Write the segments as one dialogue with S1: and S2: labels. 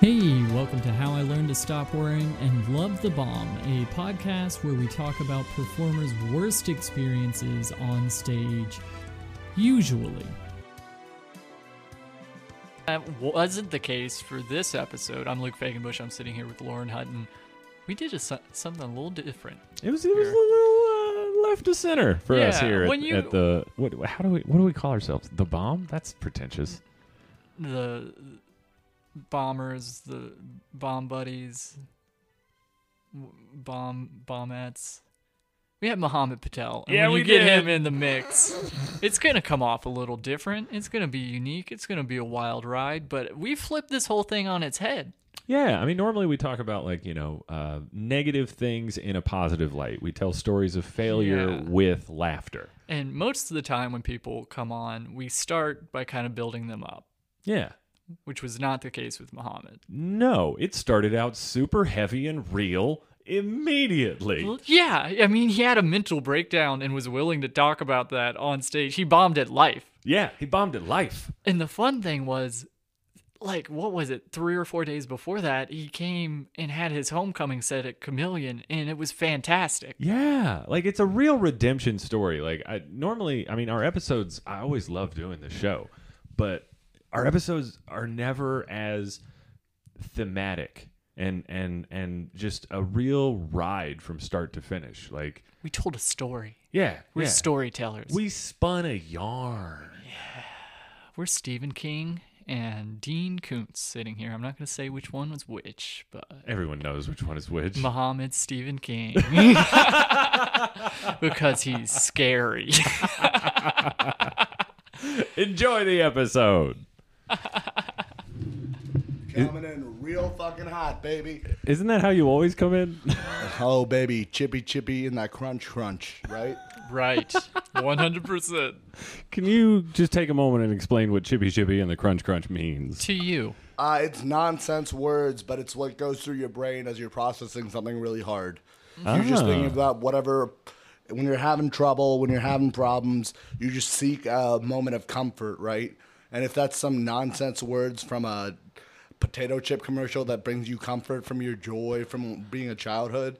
S1: Hey, welcome to How I Learned to Stop Worrying and Love the Bomb, a podcast where we talk about performers' worst experiences on stage, usually. That wasn't the case for this episode. I'm Luke Fagenbush. I'm sitting here with Lauren Hutton. We did just so- something a little different.
S2: It was it was a
S1: Here.
S2: little uh, left to center for us
S1: Yeah,
S2: here at,
S1: when you-
S2: at the what how do we what do we call ourselves? The bomb? That's pretentious.
S1: The bombers, the bomb buddies, w- bomb bombettes. We had Muhammad Patel. And
S2: Yeah,
S1: when you
S2: we
S1: get
S2: did.
S1: him in the mix. it's gonna come off a little different. It's gonna be unique. It's gonna be a wild ride. But we flipped this whole thing on its head.
S2: Yeah, I mean normally we talk about like, you know, uh, negative things in a positive light. We tell stories of failure
S1: Yeah.
S2: with laughter.
S1: And most of the time when people come on, we start by kind of building them up,
S2: Yeah.
S1: which was not the case with Muhammad.
S2: No, it started out super heavy and real immediately.
S1: Well, Yeah, I mean, he had a mental breakdown and was willing to talk about that on stage. He bombed at life.
S2: Yeah, he bombed at life.
S1: And the fun thing was, like, what was it? Three or four days before that, he came and had his homecoming set at Chameleon, and it was fantastic.
S2: Yeah, like it's a real redemption story. Like I normally, I mean, our episodes, I always love doing the show, but our episodes are never as thematic and and and just a real ride from start to finish. Like,
S1: We told a story.
S2: yeah,
S1: We're
S2: yeah.
S1: storytellers.
S2: we spun a yarn.
S1: We're Stephen King and Dean Koontz sitting here. I'm not going to say which one was which, but
S2: Everyone knows which one is which.
S1: Muhammad Stephen King. because he's scary.
S2: Enjoy the episode.
S3: Coming in real fucking hot, baby.
S2: Isn't that how you always come in?
S3: Oh, baby, chippy chippy in that crunch crunch, right?
S1: right. 100%.
S2: Can you just take a moment and explain what chippy chippy and the crunch crunch means?
S1: To you.
S3: Uh, it's nonsense words, but it's what goes through your brain as you're processing something really hard. You're just thinking about whatever. When you're having trouble, when you're having problems, you just seek a moment of comfort, right? And if that's some nonsense words from a potato chip commercial that brings you comfort from your joy from being a childhood,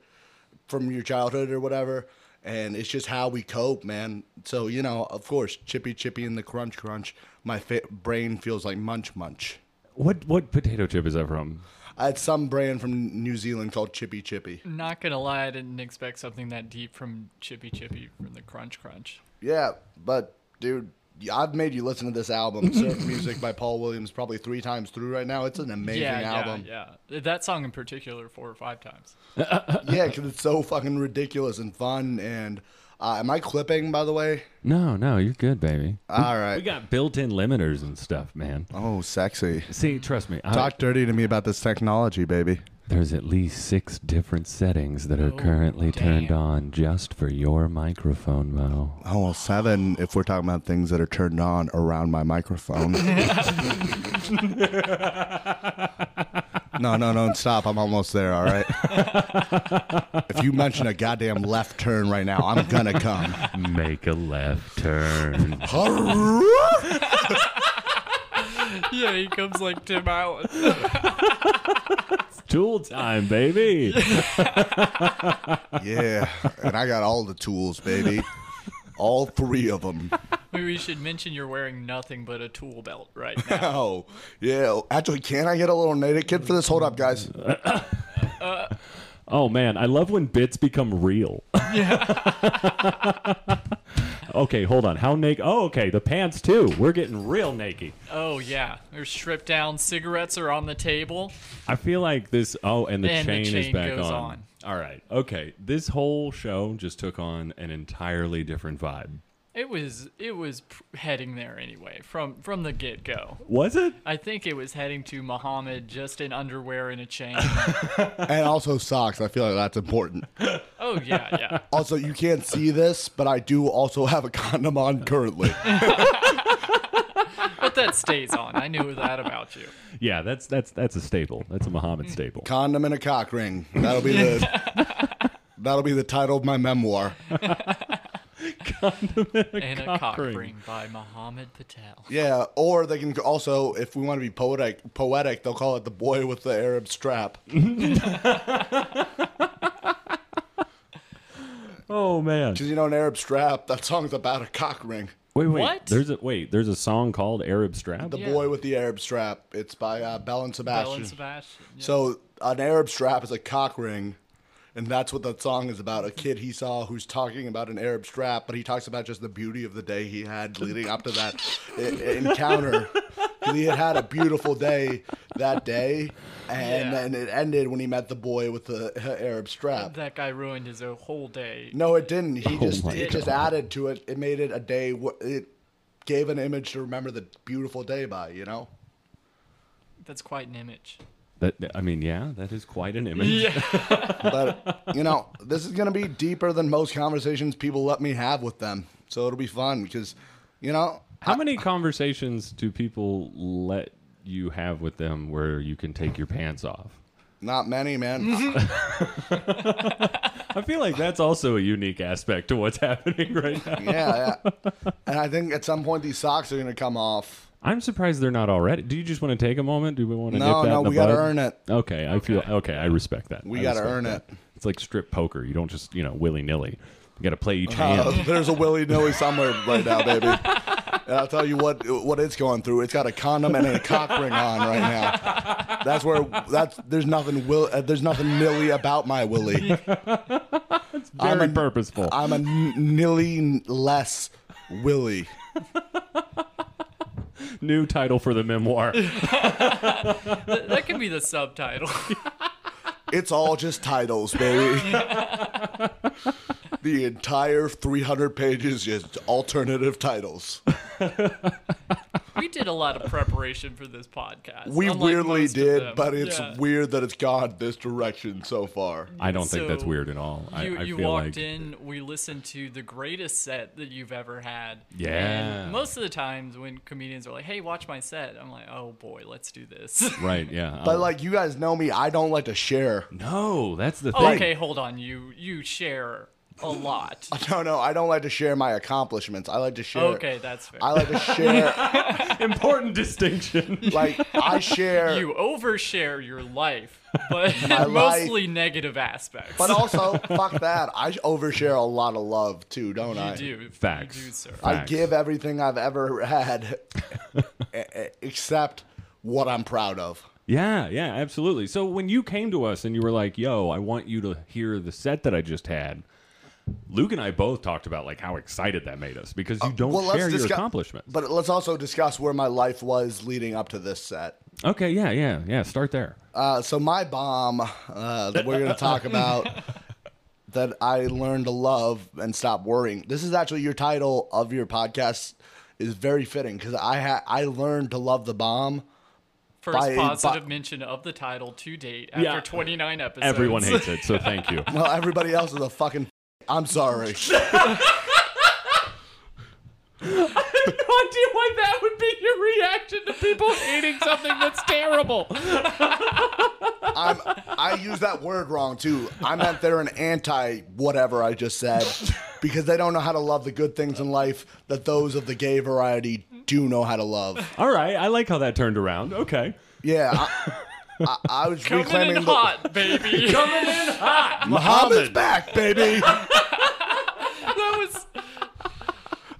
S3: from your childhood or whatever. And it's just how we cope, man. So, you know, of course, chippy chippy and the crunch crunch, my fa- brain feels like munch munch.
S2: What what potato chip is that from?
S3: I had some brand from New Zealand called Chippy Chippy.
S1: Not going to lie, I didn't expect something that deep from Chippy Chippy from the Crunch Crunch.
S3: Yeah, but dude, I've made you listen to this album, Surf Music by Paul Williams, probably three times through right now. It's an amazing
S1: yeah,
S3: album. Yeah,
S1: yeah, yeah. That song in particular, four or five times.
S3: because it's so fucking ridiculous and fun. And uh, am I clipping, by the way?
S2: No, no, you're good, baby.
S3: All right.
S2: We got built-in limiters and stuff, man.
S3: oh, sexy.
S2: See, trust me. I-
S3: Talk dirty to me about this technology, baby.
S2: there's at least six different settings that are
S1: Oh,
S2: currently turned
S1: damn.
S2: on just for your microphone, Mo.
S3: Oh, well, seven if we're talking about things that are turned on around my microphone. no, no, no, stop. I'm almost there, all right? if you mention a goddamn left turn right now, I'm going to come.
S2: Make a left turn.
S1: yeah, he comes like Tim Allen.
S2: Tool time, baby.
S3: yeah, and I got all the tools, baby. All three of them.
S1: Maybe we should mention you're wearing nothing but a tool belt right now.
S3: Oh, yeah. Actually, can I get a little native kid for this? Hold up, guys.
S2: Oh man, I love when bits become real. okay, hold on. How naked? Oh, okay. The pants too. We're getting real naked.
S1: Oh yeah, they're stripped down. Cigarettes are on the table.
S2: I feel like this. Oh, and the,
S1: And the
S2: chain,
S1: chain
S2: is back
S1: goes
S2: on.
S1: on.
S2: All right. Okay. This whole show just took on an entirely different vibe.
S1: It was it was p- heading there anyway from from the get go.
S2: Was it?
S1: I think it was heading to Muhammad just in underwear and a chain.
S3: And also socks. I feel like that's important.
S1: oh yeah, yeah.
S3: Also, you can't see this, but I do also have a condom on currently.
S1: But that stays on. I knew that about you.
S2: Yeah. That's that's that's a staple. That's a
S1: Hmm.
S2: Muhammad staple.
S3: Condom and a cock ring. That'll be the that'll be the title of my memoir.
S1: and a cock
S2: ring.
S1: ring by Mohammed Patel.
S3: Yeah, or they can also, if we want to be poetic, poetic, they'll call it the boy with the Arab strap.
S2: Oh man.
S3: Because you know, an Arab strap, that song's about a cock ring.
S2: Wait, wait.
S1: What?
S2: There's a wait. There's a song called Arab Strap.
S3: The
S1: Yeah.
S3: boy with the Arab strap. It's by uh, Bell and Sebastian.
S1: Bell and Sebastian. yeah.
S3: So an Arab strap is a cock ring, and that's what that song is about. A kid he saw who's talking about an Arab strap, but he talks about just the beauty of the day he had leading up to that i- i- encounter. 'Cause He had had a beautiful day that day, and
S1: Yeah.
S3: then it ended when he met the boy with the uh, Arab strap.
S1: that guy ruined his whole day.
S3: No, it didn't. He just
S2: my
S3: it just added to it. It made it a day. wh- It gave an image to remember the beautiful day by. You know.
S1: That's quite an image.
S2: That, I mean, yeah, that is quite an image.
S1: Yeah.
S3: but you know this is going to be deeper than most conversations people let me have with them so it'll be fun because you know
S2: How many conversations do people let you have with them where you can take your pants off?
S3: not many man
S2: I feel like that's also a unique aspect to what's happening right now.
S3: yeah, yeah and i think at some point these socks are going to come off
S2: I'm surprised they're not already. Do you just want to take a moment? Do we want to
S3: no
S2: nip that
S3: no
S2: in the
S3: we got to
S2: bud?
S3: earn it
S2: Okay, I feel okay. I respect that.
S3: we
S2: I
S3: got to
S2: respect
S3: earn
S2: that.
S3: it
S2: It's like strip poker. You don't just you know willy nilly. You got to play each
S3: uh,
S2: hand.
S3: there's a willy-nilly somewhere right now baby and i'll tell you what what it's going through it's got a condom and a cock ring on right now that's where that's there's nothing will uh, there's nothing nilly about my willy I'm
S2: Very
S3: a-
S2: purposeful.
S3: I'm a n- nilly less Willy.
S2: New title for the memoir.
S1: Th- that could be the subtitle.
S3: It's all just titles, baby. the entire 300 pages is alternative titles.
S1: we did a lot of preparation for this podcast.
S3: We
S1: unlike
S3: weirdly
S1: most of
S3: did,
S1: them.
S3: but it's
S1: Yeah.
S3: weird that it's gone this direction so far.
S2: I don't think that's
S1: So,
S2: weird at all. I,
S1: You,
S2: I
S1: you
S2: feel
S1: walked
S2: like
S1: in, we listened to the greatest set that you've ever had.
S2: Yeah.
S1: And most of the times when comedians are like, hey, watch my set, I'm like, oh boy, let's do this.
S2: right. Yeah.
S3: But
S2: I'll-
S3: like you guys know me, I don't like to share.
S2: no, that's the
S3: Oh,
S2: thing.
S1: okay, hold on. You you share a lot.
S3: No, no, I don't like to share my accomplishments. I like to share.
S1: Okay, that's fair.
S3: I like to share.
S2: Important distinction.
S3: like I share.
S1: you overshare your life, but
S3: life-
S1: mostly negative aspects.
S3: But also, fuck that. I overshare a lot of love too, don't
S1: you
S3: I?
S1: do.
S2: Facts.
S1: You do, sir.
S3: I
S2: Facts.
S3: give everything I've ever had, e- e- except what I'm proud of.
S2: Yeah, yeah, absolutely. So when you came to us and you were like, "Yo, I want you to hear the set that I just had," Luke and I both talked about like how excited that made us because you don't share your
S3: Uh, discuss-
S2: accomplishments.
S3: But let's also discuss where my life was leading up to this set.
S2: okay, yeah, yeah, yeah. Start there.
S3: Uh, so my bomb uh, that we're going to talk about that I learned to love and stop worrying. This is actually your title of your podcast is very fitting because I ha- I learned to love the bomb.
S1: First
S3: by-
S1: positive
S3: by-
S1: mention of the title to date after
S2: Yeah.
S1: 29 episodes.
S2: Everyone hates it, so thank you.
S3: Well, everybody else is a fucking. I'm sorry.
S1: no idea why that would be your reaction to people hating something that's terrible.
S3: I'm, I use that word wrong too. I meant they're an anti whatever I just said because they don't know how to love the good things in life that those of the gay variety do know how to love.
S2: All right, I like how that turned around. Okay,
S3: Yeah, I, I, I was
S1: Coming
S3: reclaiming
S1: in
S3: the
S1: hot, baby. Coming in hot.
S3: Muhammad's back, baby.
S1: That was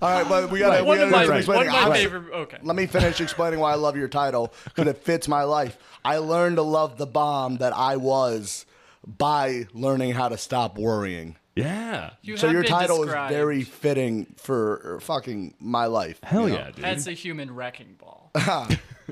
S3: All right, but we gotta we
S1: one
S3: gotta
S1: of my,
S3: do
S1: one
S3: some
S1: of
S3: explaining.
S1: my
S3: I-
S1: favorite. Okay.
S3: Let me finish explaining why I love your title because it fits my life. I learned to love the bomb that I was by learning how to stop worrying.
S2: yeah,
S1: You
S3: So
S1: have
S3: your
S1: been
S3: title
S1: described
S3: is very fitting for er, fucking my life.
S2: hell
S3: you know?
S2: yeah, dude.
S1: as a human wrecking ball.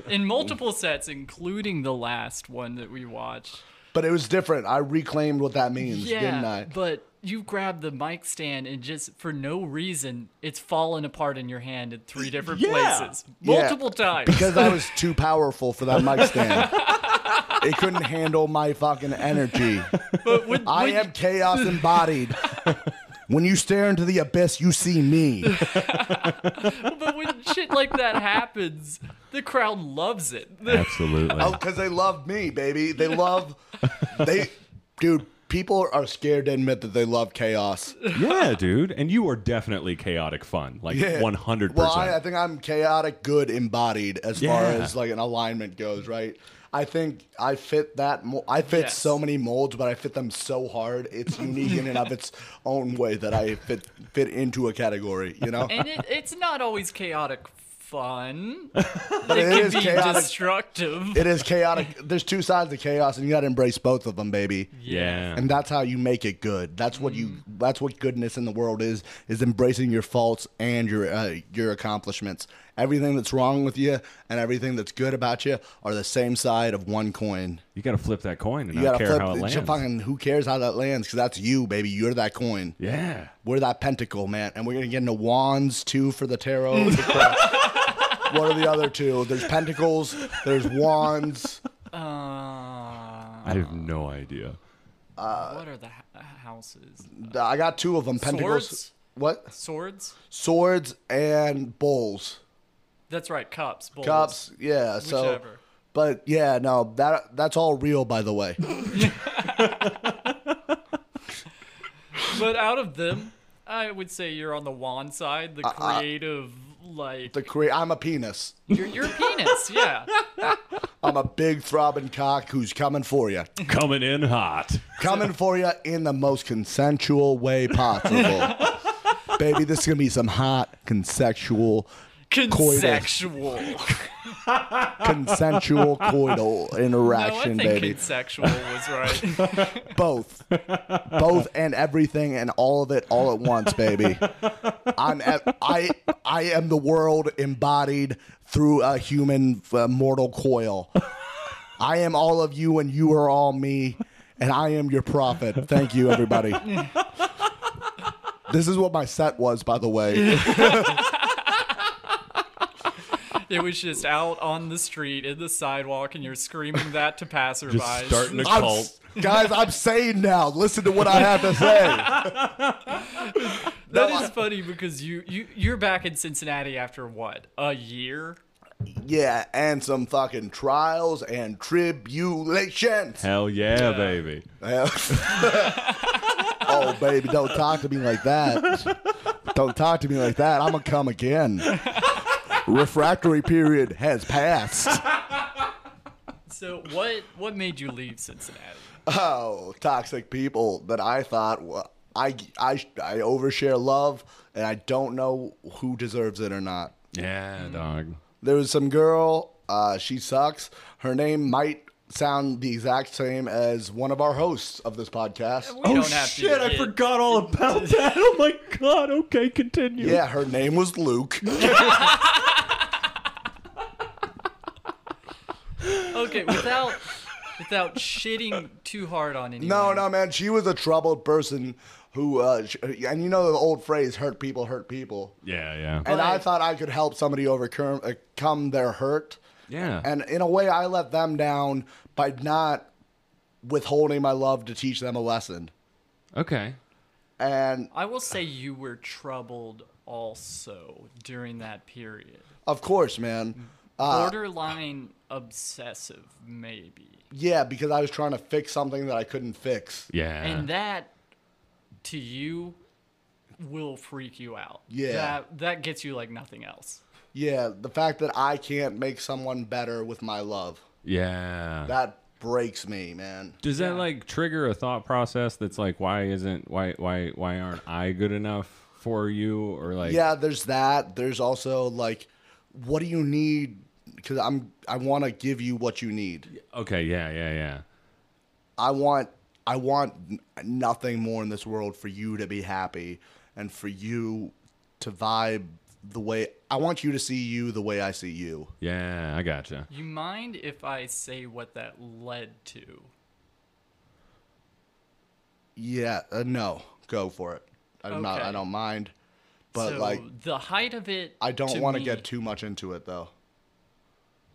S1: in multiple sets, including the last one that we watched.
S3: But it was different. I reclaimed what that means,
S1: Yeah,
S3: didn't I?
S1: but you grab the mic stand and just for no reason, it's fallen apart in your hand in three different
S2: Yeah.
S1: places,
S3: Yeah.
S1: multiple times.
S3: Because I was too powerful for that mic stand. it couldn't handle my fucking energy.
S1: but when,
S3: I
S1: when-
S3: am chaos embodied. when you stare into the abyss, you see me.
S1: but when shit like that happens, the crowd loves it.
S2: absolutely.
S3: Oh, because they love me, baby. They love they dude, people are scared to admit that they love chaos.
S2: yeah, dude. And you are definitely chaotic fun. Like
S3: Yeah.
S2: 100%.
S3: Well, I, I think I'm chaotic, good, embodied as far
S2: Yeah.
S3: as like an alignment goes, right? I think I fit that. Mo- I fit
S1: Yes.
S3: so many molds, but I fit them so hard. It's unique in and of its own way that I fit fit into a category. You know,
S1: and it, it's not always chaotic fun.
S3: but it
S1: It
S3: is
S1: can be
S3: chaotic.
S1: destructive.
S3: It is chaotic. There's two sides to chaos, and you got to embrace both of them, baby.
S2: yeah. Mm.
S3: And that's how you make it good. That's what you. That's what goodness in the world is: is embracing your faults and your uh, your accomplishments. Everything that's wrong with you and everything that's good about you are the same side of one coin.
S2: you got to flip that coin and
S3: You
S2: I don't
S3: gotta
S2: care
S3: flip.
S2: how it
S3: it's
S2: lands.
S3: your fucking who cares how that lands? Because that's you, baby. You're that coin.
S2: yeah.
S3: We're that pentacle, man. And we're gonna get into wands too for the tarot. what are the other two? There's pentacles. There's wands.
S1: Uh,
S2: I have no idea.
S1: what are the h- uh, houses?
S3: I got two of them. Pentacles.
S1: Swords?
S3: What?
S1: Swords?
S3: Swords and bowls.
S1: That's right, cups, bowls.
S3: Cups, yeah. So,
S1: Whichever.
S3: but yeah, no, that that's all real, by the way.
S1: But out of them, I would say you're on the wand side, the
S3: uh,
S1: creative, like
S3: The cre- I'm a penis.
S1: you're, you're a penis, yeah.
S3: I'm a big throbbing cock who's coming for you,
S2: Coming in hot.
S3: coming for you in the most consensual way possible. Baby, this is gonna be some hot, consensual,
S1: Consexual.
S3: consensual coital
S1: No, I
S3: interaction,
S1: think
S3: baby.
S1: consexual was right.
S3: both both and everything and all of it all at once baby i'm at, i i am the world embodied through a human uh, mortal coil i am all of you and you are all me and i am your prophet thank you everybody this is what my set was by the way
S1: it was just out on the street in the sidewalk, and you're screaming that to passerbys.
S2: Just starting a
S3: I'm
S2: cult.
S3: s- guys i'm saying now listen to what i have to say
S1: That is funny because you you you're back in Cincinnati after what a year.
S3: yeah and some fucking trials and tribulations
S2: Hell yeah, baby.
S3: Yeah. oh, baby, don't talk to me like that. Don't talk to me like that. I'm going to come again. Refractory period has passed.
S1: So what what made you leave Cincinnati?
S3: Oh, toxic people that I thought, well, I, I, I overshare love, and I don't know who deserves it or not.
S2: Yeah, dog.
S3: There was some girl, uh, she sucks. Her name might sound the exact same as one of our hosts of this podcast.
S2: Oh,
S1: We don't have to get-
S2: all about that. Oh my god. Okay, continue.
S3: Yeah, her name was Luke.
S1: Okay, without without shitting too hard on anyone.
S3: No, no, man. She was a troubled person who, uh, sh- and you know the old phrase, hurt people hurt people.
S2: Yeah, yeah.
S3: And I
S1: Right.
S3: thought I could help somebody overcome uh, come their hurt.
S2: yeah.
S3: And in a way, I let them down by not withholding my love to teach them a lesson.
S2: okay.
S3: And
S1: I will say you were troubled also during that period.
S3: of course, man. Uh,
S1: Borderline obsessive, maybe.
S3: yeah, because I was trying to fix something that I couldn't fix.
S2: Yeah.
S1: and that to you will freak you out.
S3: Yeah.
S1: That that gets you like nothing else.
S3: Yeah, the fact that I can't make someone better with my love.
S2: yeah.
S3: That breaks me, man.
S2: Does that like trigger a thought process that's like why isn't why why why aren't I good enough for you or like
S3: yeah there's that there's also like what do you need because i'm i want to give you what you need
S2: okay yeah yeah yeah
S3: i want i want n- nothing more in this world for you to be happy and for you to vibe the way i want you to see you the way i see you
S2: yeah I gotcha
S1: You mind if I say what that led to?
S3: yeah uh, no go for it i'm not i
S1: Okay.
S3: don't mind but
S1: so
S3: like
S1: the height of it
S3: i don't
S1: want to
S3: get
S1: me-
S3: too much into it though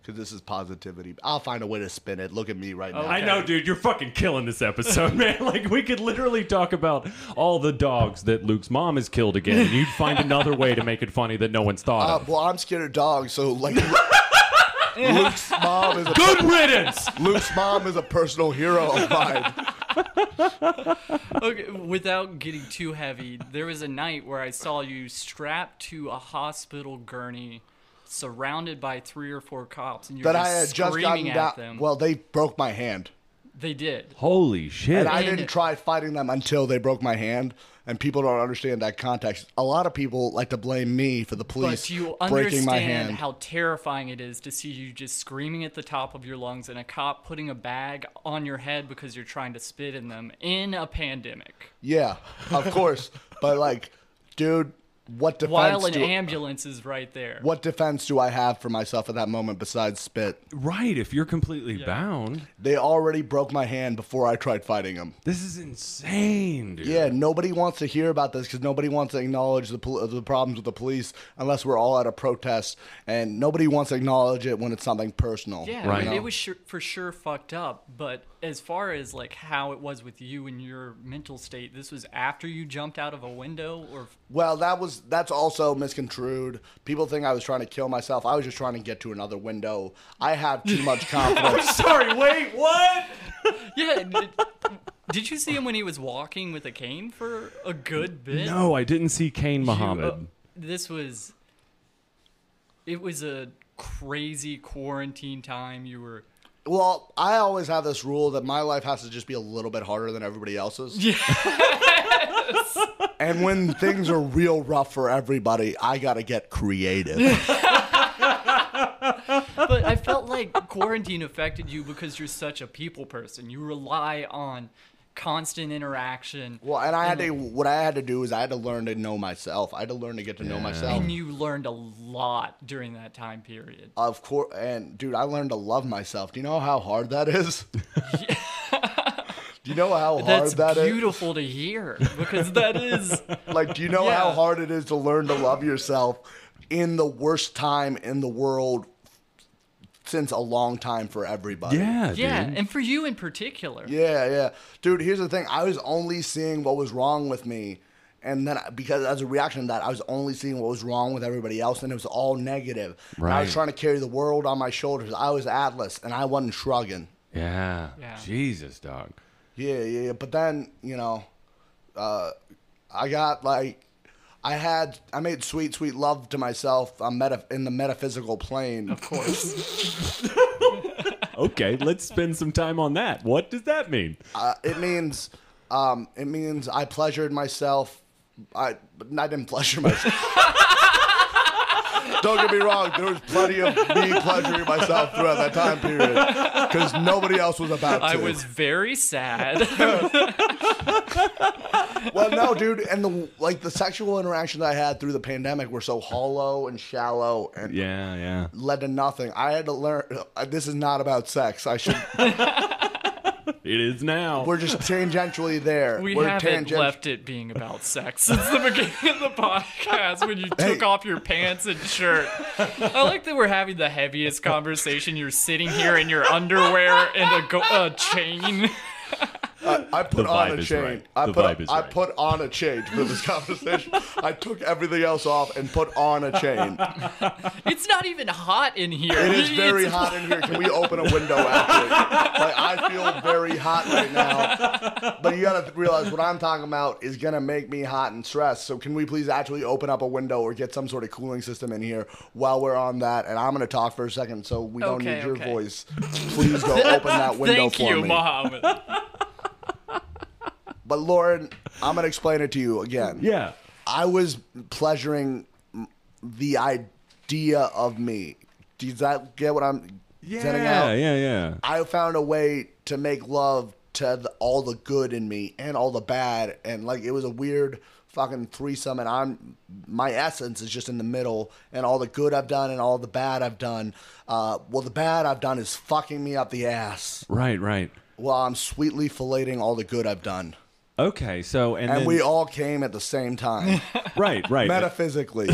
S3: because this is positivity i'll find a way to spin it look at me right now
S1: Okay.
S2: I know, dude. You're fucking killing this episode, man. Like, we could literally talk about all the dogs that Luke's mom has killed again, and you'd find another way to make it funny that no one's thought
S3: Uh,
S2: of.
S3: well, I'm scared of dogs, so like Luke's mom is a
S2: Good riddance.
S3: Luke's mom is a personal hero of mine.
S1: Okay, without getting too heavy, there was a night where I saw you strapped to a hospital gurney, surrounded by three or four cops, and you were
S3: that I had
S1: just
S3: just gotten
S1: screaming at
S3: down.
S1: them.
S3: Well, they broke my hand.
S1: they did.
S2: Holy shit!
S3: And I
S1: And-
S3: didn't try fighting them until they broke my hand. And people don't understand that context. A lot of people like to blame me for the police
S1: But you
S3: breaking my hand.
S1: understand how terrifying it is to see you just screaming at the top of your lungs and a cop putting a bag on your head because you're trying to spit in them in a pandemic
S3: yeah, of course. but like, dude, what defense?
S1: while an
S3: do-
S1: ambulance is right there.
S3: what defense do I have for myself at that moment besides spit?
S2: right, if you're completely bound,
S3: They already broke my hand before I tried fighting them.
S2: this is insane, dude.
S3: Yeah, nobody wants to hear about this because nobody wants to acknowledge the, pol- the problems with the police unless we're all at a protest, and nobody wants to acknowledge it when it's something personal.
S1: Yeah,
S2: Right.
S1: I mean,
S2: No.
S1: it was sure, for sure fucked up. But as far as like how it was with you and your mental state, this was after you jumped out of a window, or
S3: Well, that was that's also misconstrued. People think I was trying to kill myself. I was just trying to get to another window. I have too much confidence.
S1: sorry, wait, what? yeah. Did, did you see him when he was walking with a cane for a good bit?
S2: No, I didn't see Kane
S1: You, uh,
S3: Uh-huh.
S2: Muhammad.
S1: this was. It was a crazy quarantine time. You were.
S3: well, I always have this rule that my life has to just be a little bit harder than everybody else's. Yeah. and when things are real rough for everybody, I got to get creative.
S1: But I felt like quarantine affected you because you're such a people person. You rely on constant interaction.
S3: well, and I had to what I had to do is I had to learn to know myself. I had to learn to get to know myself.
S1: And you learned a lot during that time period.
S3: Of course, and dude, I learned to love myself. Do you know how hard that is? do you know how hard
S1: That's
S3: that is?
S1: beautiful to hear because that is
S3: Like, do you know how
S1: Yeah.
S3: hard it is to learn to love yourself in the worst time in the world since a long time for everybody?
S2: yeah,
S1: yeah,
S2: dude.
S1: and for you in particular.
S3: Yeah, yeah. Dude, here's the thing. I was only seeing what was wrong with me. And then, I- because as a reaction to that, I was only seeing what was wrong with everybody else, and it was all negative. And I
S2: Right.
S3: was trying to carry the world on my shoulders. I was Atlas, and I wasn't shrugging.
S2: yeah,
S1: Yeah.
S2: Jesus, dog.
S3: Yeah, yeah, yeah. But then, you know, uh, I got like, I had, I made sweet, sweet love to myself on meta, in the metaphysical plane.
S1: Of course.
S2: Okay, let's spend some time on that. What does that mean?
S3: Uh, it means, um, it means I pleasured myself. I, but I didn't pleasure myself. Don't get me wrong. There was plenty of me pleasuring myself throughout that time period because nobody else was about to.
S1: I was very sad.
S3: Well, no, dude, and the like the sexual interactions I had through the pandemic were so hollow and shallow and
S2: Yeah, yeah.
S3: led to nothing. I had to learn. uh, This is not about sex. I should.
S2: It is now.
S3: We're just tangentially there.
S1: we
S3: are
S1: haven't left it being about sex since the beginning of the podcast when you took
S3: Hey.
S1: off your pants and shirt. I like that we're having the heaviest conversation. You're sitting here in your underwear and a, go- a chain.
S3: I put
S2: The
S3: on
S2: vibe
S3: a
S2: is
S3: chain.
S2: right.
S3: I
S2: The
S3: put.
S2: vibe is
S3: I
S2: right.
S3: put on a chain for this conversation. I took everything else off and put on a chain.
S1: It's not even hot in here.
S3: It is very
S1: It's-
S3: hot in here. Can we open a window after? like I feel very hot right now. But you gotta realize what I'm talking about is gonna make me hot and stressed. So can we please actually open up a window or get some sort of cooling system in here while we're on that? And I'm gonna talk for a second, so we don't
S1: Okay,
S3: need your
S1: okay.
S3: voice. Please go open that window
S1: Thank
S3: for
S1: you,
S3: me.
S1: Muhammad.
S3: But Lauren, I'm gonna explain it to you again.
S2: yeah.
S3: I was pleasuring m- the idea of me. Does that get what I'm getting out?
S2: Yeah, yeah, yeah.
S3: I found a way to make love to the, all the good in me and all the bad, and like it was a weird fucking threesome. And I'm my essence is just in the middle, and all the good I've done and all the bad I've done. Uh, well, the bad I've done is fucking me up the ass
S2: Right, right.
S3: while I'm sweetly filleting all the good I've done.
S2: Okay, so and,
S3: And
S2: then,
S3: we all came at the same time,
S2: right, right.
S3: metaphysically.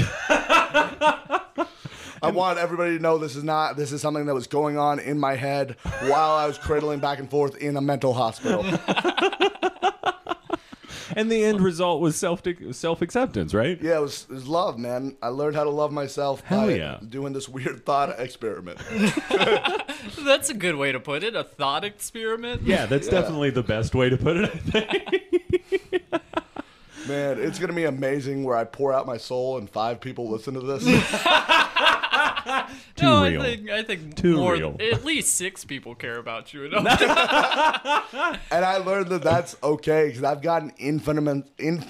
S3: I want everybody to know this is not this is something that was going on in my head while I was cradling back and forth in a mental hospital.
S2: and the end result was self self acceptance, right?
S3: Yeah, it was, it was love, man. I learned how to love myself
S2: Hell
S3: by
S2: yeah.
S3: doing this weird thought experiment.
S1: That's a good way to put it. A thought experiment.
S2: Yeah, that's definitely the best way to put it. I think.
S3: man, it's gonna be amazing where I pour out my soul and five people listen to this.
S2: Too
S1: no,
S2: real.
S1: I think I think
S2: Too
S1: more.
S2: real.
S1: At least six people care about you. enough.
S3: and I learned that that's okay because I've gotten infinite, in,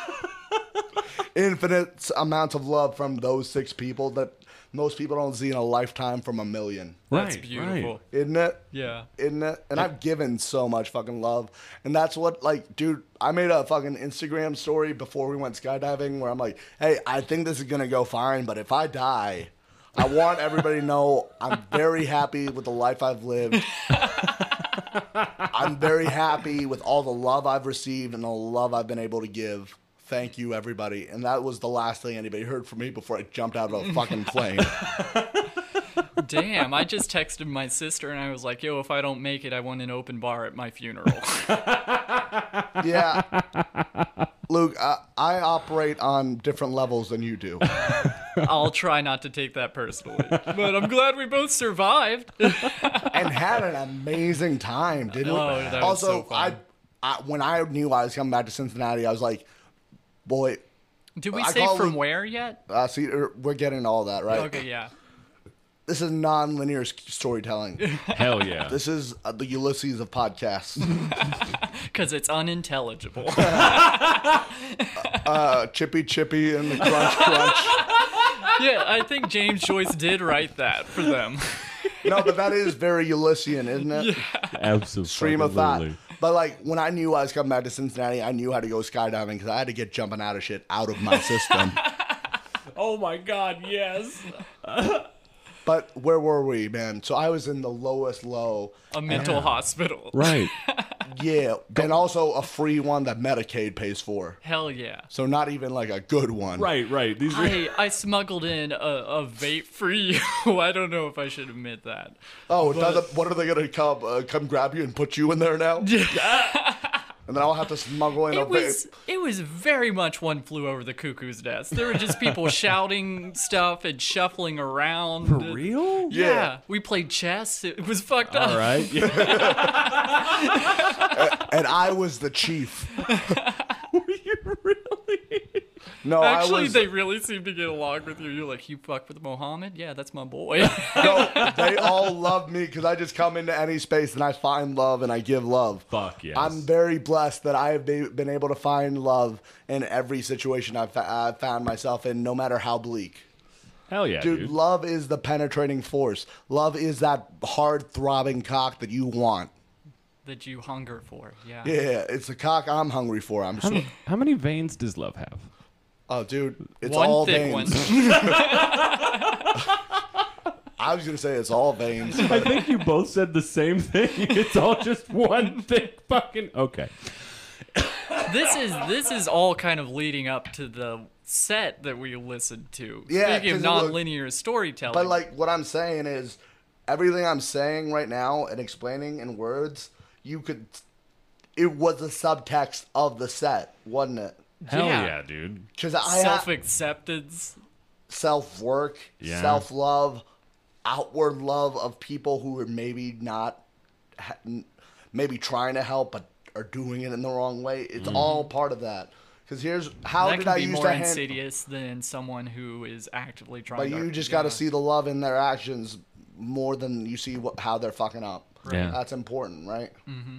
S3: infinite amounts of love from those six people that most people don't see in a lifetime from a million.
S1: That's
S2: Right,
S1: beautiful.
S2: right.
S3: Isn't it?
S1: Yeah.
S3: Isn't it? And I've given so much fucking love. And that's what, like, dude, I made a fucking Instagram story before we went skydiving where I'm like, hey, I think this is going to go fine, but if I die, I want everybody to know I'm very happy with the life I've lived. I'm very happy with all the love I've received and the love I've been able to give. Thank you, everybody. And that was the last thing anybody heard from me before I jumped out of a fucking plane.
S1: Damn, I just texted my sister and I was like, yo, if I don't make it, I want an open bar at my funeral.
S3: Yeah. Luke, I, I operate on different levels than you do.
S1: I'll try not to take that personally. But I'm glad we both survived.
S3: And had an amazing time, didn't we?
S1: Oh, that was
S3: also,
S1: so fun.
S3: I, I when I knew I was coming back to Cincinnati, I was like, boy,
S1: Did we
S3: I
S1: say
S3: call
S1: from
S3: it-
S1: where yet?
S3: uh, see, er, we're getting all that, right?
S1: Okay, yeah.
S3: This is non-linear s- storytelling.
S2: Hell yeah.
S3: this is uh, the Ulysses of podcasts.
S1: Because it's unintelligible.
S3: Uh, chippy Chippy and the Crunch Crunch.
S1: yeah, I think James Joyce did write that for them.
S3: No, but that is very Ulyssean, isn't it?
S2: Absolutely.
S3: stream of thought. But like when I knew I was coming back to Cincinnati, I knew how to go skydiving because I had to get jumping out of shit out of my system.
S4: Oh my god, yes.
S3: but where were we, man? So I was in the lowest low.
S1: A mental hospital.
S2: Right.
S3: Yeah, and also a free one that Medicaid pays for.
S1: Hell yeah.
S3: So not even like a good one.
S2: Right. Right. These are
S1: I, I smuggled in a, a vape for you. I don't know if I should admit that.
S3: Oh, it doesn't, what are they gonna come uh, come grab you and put you in there now? Yeah. and then I'll have to smuggle in a
S1: It was
S3: vape.
S1: it was very much one flew over the cuckoo's nest. There were just people shouting stuff and shuffling around.
S2: for real.
S1: Yeah. we played chess. It was fucked up.
S2: All right. Yeah.
S3: And I was the chief.
S2: Were you really?
S3: No, I
S1: Actually,
S3: was.
S1: they really seem to get along with you. You're like, you fuck with Mohammed? Yeah, that's my boy.
S3: No, they all love me because I just come into any space and I find love and I give love.
S2: Fuck yes.
S3: I'm very blessed that I have be- been able to find love in every situation I've, fa- I've found myself in, no matter how bleak.
S2: Hell yeah,
S3: Dude,
S2: dude.
S3: love is the penetrating force. Love is that hard throbbing cock that you want.
S1: that you hunger for. Yeah.
S3: Yeah, it's the cock I'm hungry for. I'm sure.
S2: How many veins does love have?
S3: Oh, dude, it's
S1: One
S3: all
S1: thick
S3: veins.
S1: one.
S3: I was gonna say it's all veins.
S2: I think you both said the same thing. It's all just one thick fucking. Okay.
S1: this is this is all kind of leading up to the set that we listened to. Speaking
S3: Yeah,
S1: of
S3: 'cause it was-
S1: non-linear storytelling.
S3: But like what I'm saying is everything I'm saying right now and explaining in words, you could it was a subtext of the set, wasn't it?
S2: Hell
S1: Yeah.
S2: yeah, dude.
S3: Cuz I
S1: self
S3: self
S1: acceptance.
S3: self-work,
S2: Yeah.
S3: self-love, outward love of people who are maybe not ha- n- maybe trying to help but are doing it in the wrong way. It's
S2: Mm-hmm.
S3: all part of that. Cuz here's how
S1: That
S3: did
S1: can
S3: I
S1: be
S3: used
S1: more
S3: to handle
S1: insidious than someone who is actively trying.
S3: But
S1: to
S3: you just
S1: yeah.
S3: got to see the love in their actions more than you see what, how they're fucking up.
S2: Yeah.
S3: That's important, right? Mm-hmm.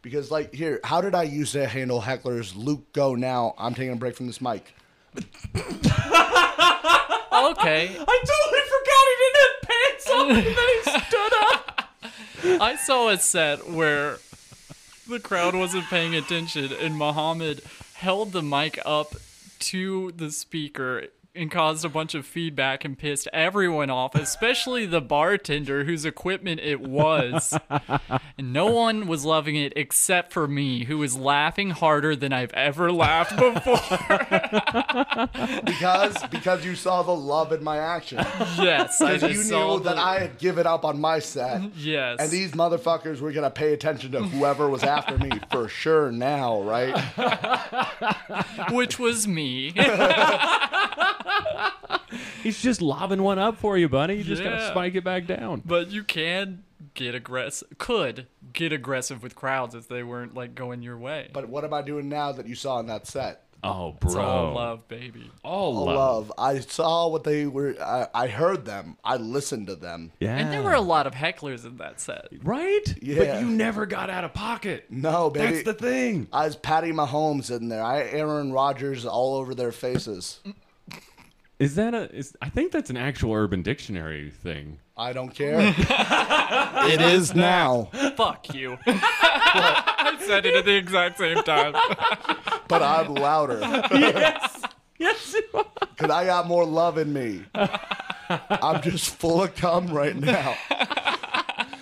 S3: Because, like, here, how did I used to handle hecklers? Luke, go now. I'm taking a break from this mic.
S1: Okay,
S4: I totally forgot he didn't have pants on and then he stood up.
S1: I saw a set where the crowd wasn't paying attention, and Muhammad held the mic up to the speaker and caused a bunch of feedback and pissed everyone off, especially the bartender whose equipment it was. and no one was loving it except for me, who was laughing harder than I've ever laughed before.
S3: because because you saw the love in my action.
S1: yes, I
S3: Because
S1: just
S3: you
S1: saw
S3: knew that
S1: the- Mhm.
S3: I had given up on my set.
S1: Yes.
S3: And these motherfuckers were gonna pay attention to whoever was after me for sure now, right?
S1: which was me.
S2: He's just lobbing one up for you, buddy. You just gotta
S1: Yeah.
S2: spike it back down.
S1: but you can get aggressive, could get aggressive with crowds if they weren't like going your way.
S3: But what am I doing now that you saw on that set?
S2: Oh, bro.
S1: it's all love, baby.
S2: All
S3: All
S2: love.
S3: love. I saw what they were. I, I heard them. I listened to them.
S2: Yeah.
S1: And there were a lot of hecklers in that set.
S2: right? But
S3: Yeah.
S2: you never got out of pocket.
S3: No, baby.
S2: That's the thing.
S3: I was Patty Mahomes in there. I Aaron Rodgers all over their faces.
S2: Is that a? Is, I think that's an actual Urban Dictionary thing.
S3: I don't care. it is now.
S1: Fuck you. I said it at the exact same time.
S3: but I'm louder. yes.
S2: Yes,
S3: Because I got more love in me. I'm just full of cum right now.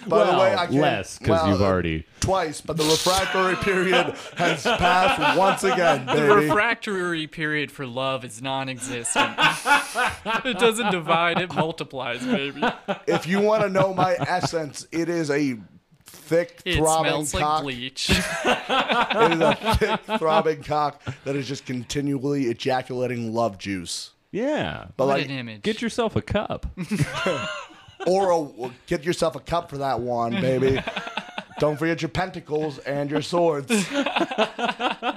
S3: By the way, I can't.
S2: less because
S3: well, uh,
S2: you've already.
S3: Twice, but the refractory period has passed once again,
S1: The
S3: baby.
S1: refractory period for love is non existent. it doesn't divide, it multiplies, baby.
S3: if you want to know my essence, it is a thick,
S1: It
S3: throbbing
S1: smells like
S3: cock.
S1: bleach.
S3: it is a thick, throbbing cock that is just continually ejaculating love juice.
S2: Yeah.
S3: But
S1: what
S3: like,
S1: an image.
S2: Get yourself a cup.
S3: or a, get yourself a cup for that one, baby. Don't forget your pentacles and your swords.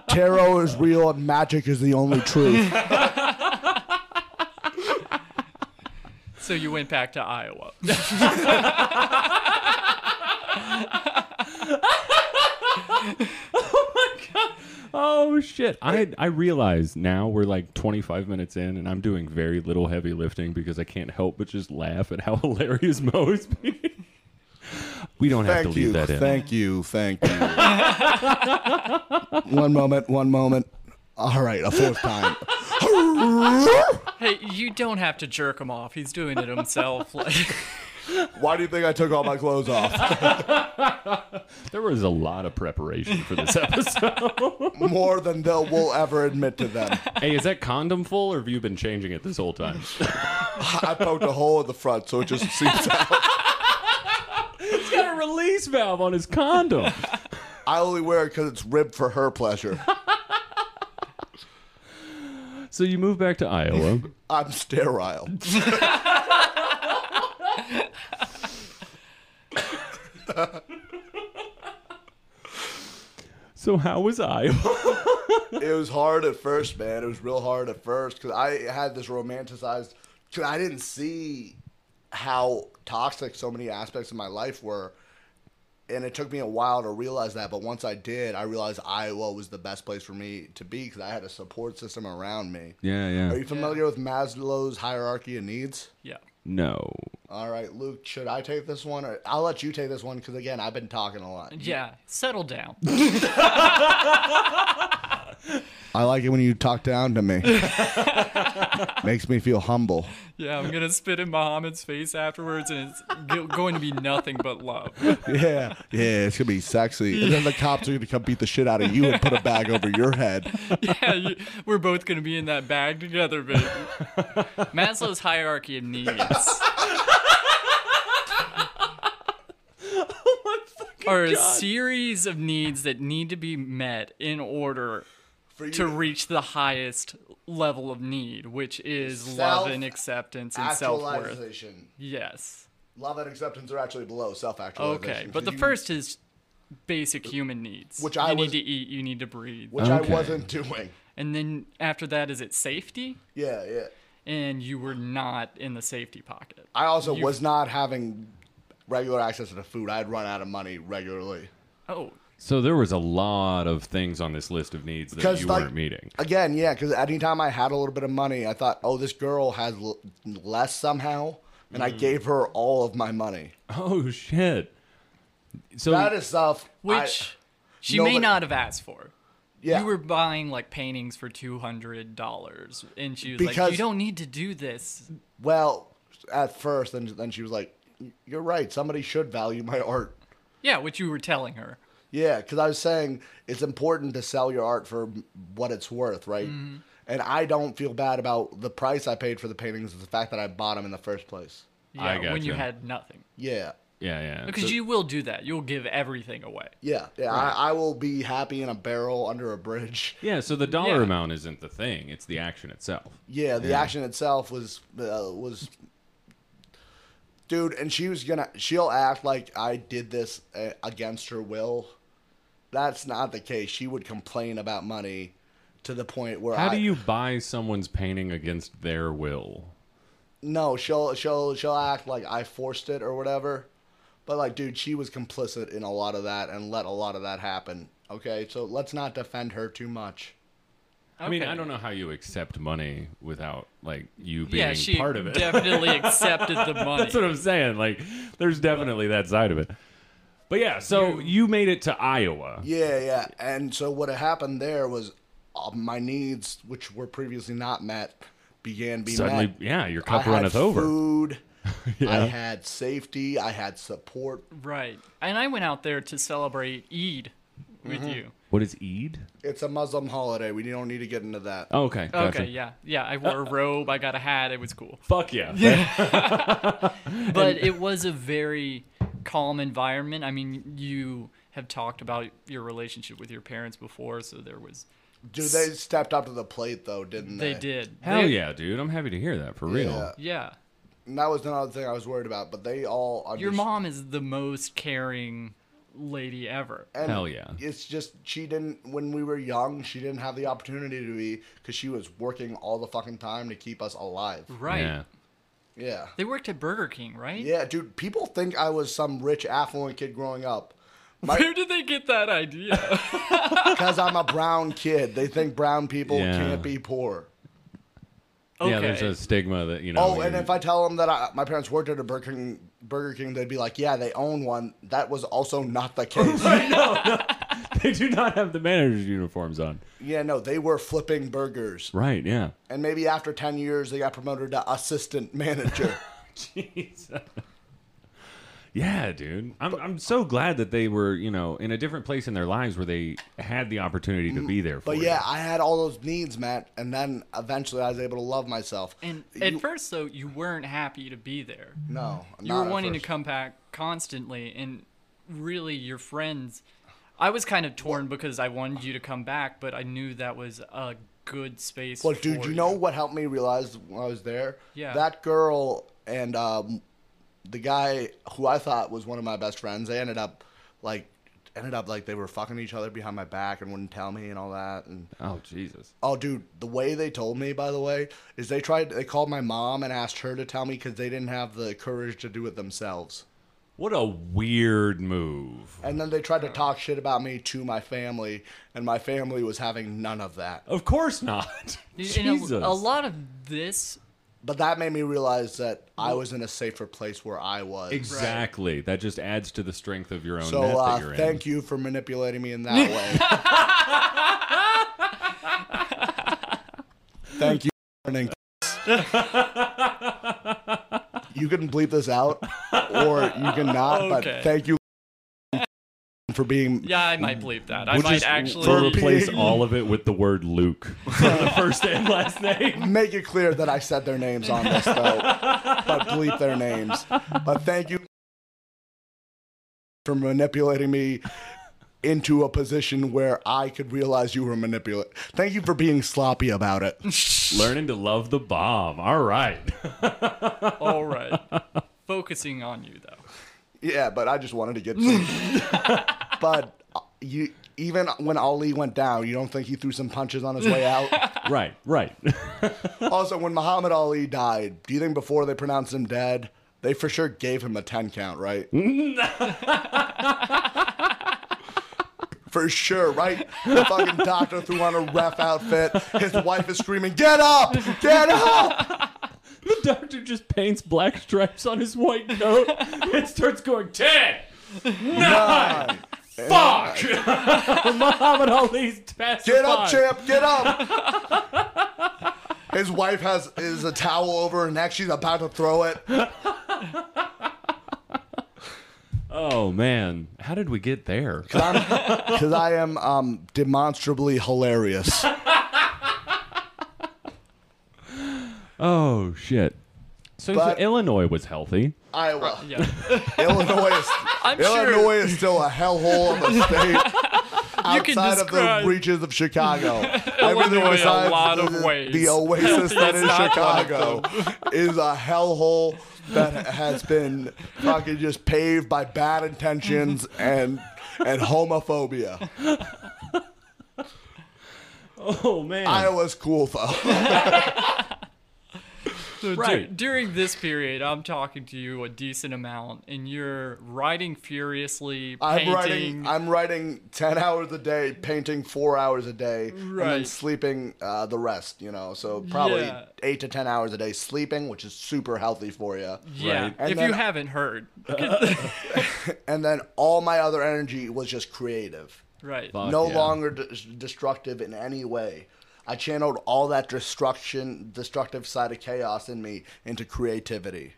S3: Tarot is real and magic is the only truth.
S1: so you went back to Iowa.
S2: Oh shit! I I realize now we're like 25 minutes in, and I'm doing very little heavy lifting because I can't help but just laugh at how hilarious Mo's being. We don't have to
S3: Thank
S2: leave
S3: you.
S2: that in.
S3: Thank you. Thank you. one moment, one moment. All right, a fourth time.
S1: hey, you don't have to jerk him off. He's doing it himself. Like,
S3: Why do you think I took all my clothes off?
S2: there was a lot of preparation for this episode.
S3: More than they'll will ever admit to them.
S2: hey, is that condom full, or have you been changing it this whole time?
S3: I poked a hole at the front, so it just seems out.
S2: He's got a release valve on his condom.
S3: I only wear it because it's ribbed for her pleasure.
S2: so you move back to Iowa.
S3: I'm sterile.
S2: So how was Iowa?
S3: It was hard at first, man. It was real hard at first because I had this romanticized. Cause I didn't see how toxic so many aspects of my life were, and it took me a while to realize that. But once I did, I realized Iowa was the best place for me to be because I had a support system around me.
S2: Yeah,
S3: Are
S2: yeah.
S3: you familiar with Maslow's hierarchy of needs?
S1: yeah.
S2: No.
S3: All right, Luke, should I take this one, or I'll let you take this one because again, I've been talking a lot.
S1: Yeah. Settle down.
S3: I like it when you talk down to me. Makes me feel humble.
S1: Yeah, I'm going to spit in Muhammad's face afterwards, and it's go- going to be nothing but love.
S3: Yeah, yeah, it's gonna be sexy. And then the cops are gonna come beat the shit out of you and put a bag over your head.
S1: yeah, you, we're both gonna be in that bag together, baby. Maslow's hierarchy of needs. Are a series of needs that need to be met in order to reach the highest level of need, which is love and acceptance and self worth.
S3: Actualization.
S1: Yes.
S3: Love and acceptance are actually below self-actualization.
S1: Okay.
S3: 'cause
S1: But the
S3: you-
S1: first is basic human needs.
S3: Which
S1: you
S3: I
S1: need
S3: was-
S1: to eat, you need to breathe.
S3: which
S2: Okay.
S3: I wasn't doing.
S1: And then after that is it safety?
S3: Yeah, yeah.
S1: and you were not in the safety pocket.
S3: I also
S1: You-
S3: was not having regular access to the food. I'd run out of money regularly.
S1: Oh,
S2: So there was a lot of things on this list of needs that
S3: Because,
S2: you
S3: like-
S2: weren't meeting.
S3: Again, yeah, because anytime I had a little bit of money, I thought, oh, this girl has l- less somehow, and
S1: Mm.
S3: I gave her all of my money.
S2: Oh shit. So
S3: That is stuff. I-
S1: which she
S3: No,
S1: may
S3: but-
S1: not have asked for.
S3: Yeah.
S1: You were buying like paintings for two hundred dollars, and she was like,
S3: Because-
S1: "You don't need to do this."
S3: Well, at first, and then she was like, "You're right. Somebody should value my art."
S1: Yeah, which you were telling her.
S3: Yeah, because I was saying it's important to sell your art for what it's worth, right? And I don't feel bad about the price I paid for the paintings. Is the fact that I bought them in the first place.
S1: Yeah,
S2: I
S1: when you
S2: gotcha.
S1: had nothing,
S3: Yeah,
S2: Yeah, yeah.
S1: because you will do that. You'll give everything away.
S3: yeah, yeah. I, I will be happy in a barrel under a bridge.
S2: yeah, so the dollar
S1: Yeah.
S2: amount isn't the thing; it's the action itself.
S3: Yeah, the action itself was uh, was. Dude, and she was gonna. She'll act like I did this uh, against her will. That's not the case. She would complain about money, to the point where
S2: How
S3: I,
S2: do you buy someone's painting against their will?
S3: No, she'll she'll she'll act like I forced it or whatever. But like, dude, she was complicit in a lot of that and let a lot of that happen. Okay, so let's not defend her too much.
S2: I mean,
S1: Okay.
S2: I don't know how you accept money without like you being
S1: Yeah, she
S2: part of it.
S1: definitely accepted the money.
S2: That's what I'm saying. Like, there's definitely that side of it. But yeah, so you made it to Iowa.
S3: Yeah, yeah. And so what had happened there was uh, my needs, which were previously not met, began being
S2: Suddenly,
S3: met.
S2: yeah, your
S3: I
S2: cup
S3: had
S2: runneth over.
S3: food. I had safety. I had support.
S1: Right. And I went out there to celebrate Eid
S2: Mm-hmm.
S1: with you.
S2: What is Eid?
S3: It's a Muslim holiday. We don't need to get into that.
S2: Oh, okay.
S1: Okay,
S2: Gotcha. Uh,
S1: yeah. Yeah, I wore a robe, I got a hat, it was cool.
S2: Fuck yeah.
S1: But it was a very calm environment. I mean, you have talked about your relationship with your parents before, so there was
S3: Dude, they stepped up to the plate though, didn't they?
S1: they did.
S2: Hell
S1: They-
S2: yeah, dude. I'm happy to hear that for real.
S3: Yeah.
S1: Yeah.
S3: And that was another thing I was worried about. But they all
S1: Your
S3: understood-
S1: mom is the most caring lady ever.
S3: And
S2: Hell yeah.
S3: It's just she didn't when we were young. She didn't have the opportunity to be because she was working all the fucking time to keep us alive.
S1: Right.
S2: Yeah.
S3: Yeah,
S1: They worked at Burger King, right?
S3: yeah, dude. People think I was some rich affluent kid growing up
S1: Where did they get that idea?
S3: because I'm a brown kid. They think brown people
S2: Yeah.
S3: can't be poor.
S1: okay.
S2: Yeah, there's a stigma that, you know.
S3: Oh, and
S2: you're-
S3: if I tell them that I, my parents worked at a Burger King, Burger King, they'd be like, "Yeah, they own one." That was also not the case.
S2: they do not have the manager's uniforms on.
S3: yeah, no, they were flipping burgers,
S2: Right, yeah.
S3: and maybe after ten years, they got promoted to assistant manager.
S2: Jesus. Yeah, dude. I'm I'm so glad that they were, you know, in a different place in their lives where they had the opportunity to be there for
S3: But
S2: you.
S3: yeah, I had all those needs met, and then eventually I was able to love myself.
S1: And
S3: You-
S1: at first, though, you weren't happy to be there.
S3: no,
S1: You
S3: not
S1: were
S3: at
S1: wanting to
S3: first.
S1: come back constantly, and really, your friends. I was kind of torn because I wanted you to come back, but I knew that was a good space.
S3: Well, dude,
S1: for
S3: you know what helped me realize when I was there?
S1: Yeah.
S3: That girl and um, the guy who I thought was one of my best friends, they ended up like ended up like they were fucking each other behind my back and wouldn't tell me and all that and
S2: Oh, Jesus.
S3: oh dude the way they told me by the way is they tried they called my mom and asked her to tell me because they didn't have the courage to do it themselves
S2: What a weird move.
S3: And then they tried to talk shit about me to my family, and my family was having none of that.
S2: Of course not.
S1: And a-
S2: Jesus.
S1: a lot of this
S3: But that made me realize that I was in a safer place where I was.
S2: Exactly. That just adds to the strength of your own net
S3: So
S2: that
S3: uh,
S2: you're
S3: thank you for manipulating me in that way. thank you. for running. you can bleep this out, or you can not.
S1: Okay.
S3: But thank you for being.
S1: yeah, I might believe that. I
S2: in.
S1: might
S2: just
S1: actually.
S2: we'll replace all of it with the word Luke for the first and last name.
S3: Make it clear that I said their names on this, though, but bleep their names. But thank you for manipulating me into a position where I could realize you were manipulating. Thank you for being sloppy about it.
S2: Learning to love the bomb. All right.
S1: all right. Focusing on you though.
S3: Yeah, but I just wanted to get. Some. but uh, you, even when Ali went down, you don't think he threw some punches on his way out?
S2: Right, right.
S3: also, when Muhammad Ali died, do you think before they pronounced him dead, they for sure gave him a ten count, right? for sure, right? The fucking doctor threw on a ref outfit. His wife is screaming, "Get up! Get up!"
S2: the doctor just paints black stripes on his white coat and starts going, 10,
S3: Nine,
S2: Fuck! Muhammad Ali's test.
S3: Get up, champ! Get up! His wife has is a towel over her neck. She's about to throw it.
S2: Oh man, how did we get there?
S3: because I am um, demonstrably hilarious.
S2: Oh shit. So,
S3: But-
S2: so Illinois was healthy.
S3: Iowa,
S1: Yeah.
S3: Illinois, is,
S1: I'm sure-
S3: Illinois is still a hellhole of a state.
S1: can
S3: Outside of the
S1: describe-
S3: reaches of Chicago, everything
S1: Illinois a
S3: besides
S1: lot of
S3: the,
S1: ways.
S3: the oasis that is
S1: not
S3: Chicago is a hellhole that has been fucking just paved by bad intentions
S1: Mm-hmm.
S3: and and homophobia.
S2: Oh man.
S3: Iowa's cool though.
S1: So du-
S2: Right.
S1: during this period, I'm talking to you a decent amount, and you're writing furiously,
S3: I'm
S1: painting.
S3: writing. I'm writing ten hours a day, painting four hours a day, and then
S1: Right.
S3: sleeping uh, the rest. You know, so probably
S1: Yeah.
S3: eight to ten hours a day sleeping, which is super healthy for you.
S1: yeah,
S2: Right.
S3: And
S1: if
S3: then-
S1: you haven't heard,
S3: And then all my other energy was just creative,
S1: right?
S2: Fuck
S3: no
S2: yeah.
S3: longer d- destructive in any way. I channeled all that destruction, destructive side of chaos in me into creativity,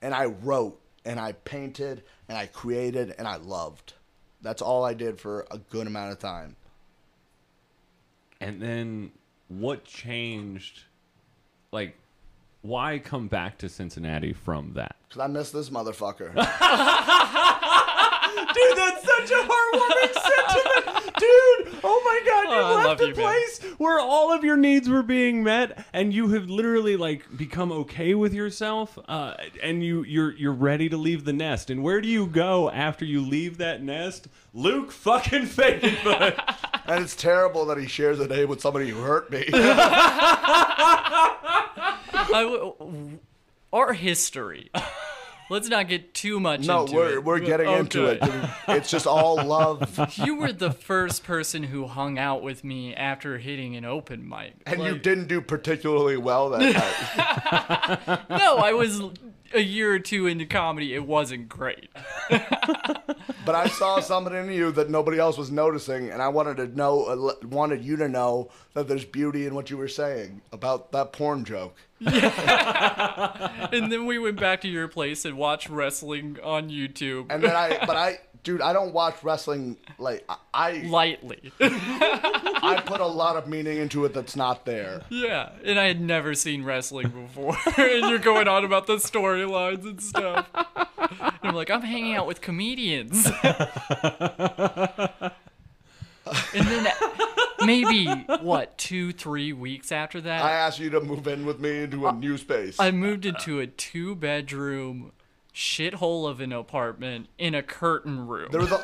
S3: and I wrote, and I painted, and I created, and I loved. That's all I did for a good amount of time.
S2: And then what changed? Like, why come back to Cincinnati from that?
S3: Cause I miss this motherfucker.
S2: Dude, that's such a heartwarming sentiment. Dude, oh my god, you
S1: Oh, I
S2: left
S1: love
S2: a
S1: you, man.
S2: place where all of your needs were being met and you have literally like become okay with yourself uh, and you you're you're ready to leave the nest. And where do you go after you leave that nest? Luke fucking Fakenbush.
S3: and it's terrible that he shares a name with somebody who hurt me.
S1: I w- art history. Let's not get too much
S3: no,
S1: into
S3: we're
S1: it. Oh,
S3: we're getting into it. dude. It's just all love.
S1: You were the first person who hung out with me after hitting an open mic.
S3: And you
S1: Like,
S3: didn't do particularly well that night.
S1: No, I was a year or two into comedy. It wasn't great.
S3: But I saw something in you that nobody else was noticing, and I wanted to know, uh, wanted you to know that there's beauty in what you were saying about that porn joke.
S1: And then we went back to your place and watched wrestling on YouTube
S3: And then I, but I, dude, I don't watch wrestling. Like I- I,
S1: lightly.
S3: I put a lot of meaning into it that's not there.
S1: Yeah, and I had never seen wrestling before. and you're going on about the storylines and stuff. And I'm like, I'm hanging out with comedians. and then maybe, what, two, three weeks after
S3: I
S1: that,
S3: asked you to move in with me into a new space.
S1: I moved into a two bedroom shithole of an apartment in a curtain room.
S3: There was a,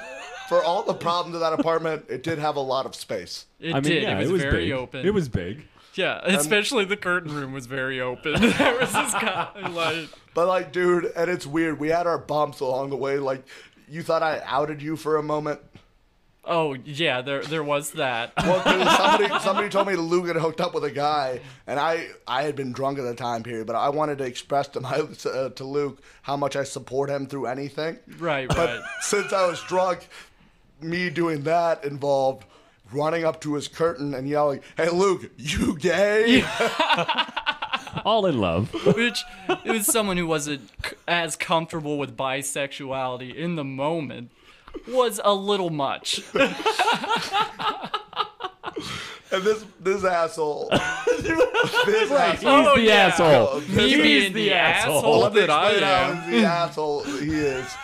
S3: for all the problems of that apartment, it did have a lot of space.
S1: it did. it, was very open.
S2: It was big.
S1: yeah, especially the curtain room was very open. there was this guy like
S3: But like, dude, and it's weird. We had our bumps along the way. Like, you thought I outed you for a moment.
S1: Oh yeah, there there was that.
S3: Well, 'cause somebody somebody told me Lou had hooked up with a guy, and I I had been drunk at the time period, but I wanted to express to my uh, to Luke how much I support him through anything.
S1: Right,
S3: But
S1: right.
S3: since I was drunk, me doing that involved running up to his curtain and yelling, "Hey, Luke, you gay?"
S2: All in love.
S1: Which it was someone who wasn't c- as comfortable with bisexuality in the moment was a little much.
S3: And this this asshole, this asshole.
S1: Oh,
S2: He's the
S1: yeah.
S2: asshole.
S1: Me
S2: He's
S1: being
S2: the
S1: the
S2: asshole.
S1: asshole,
S3: Let me
S1: that I
S3: explain how
S1: am.
S3: the asshole he is.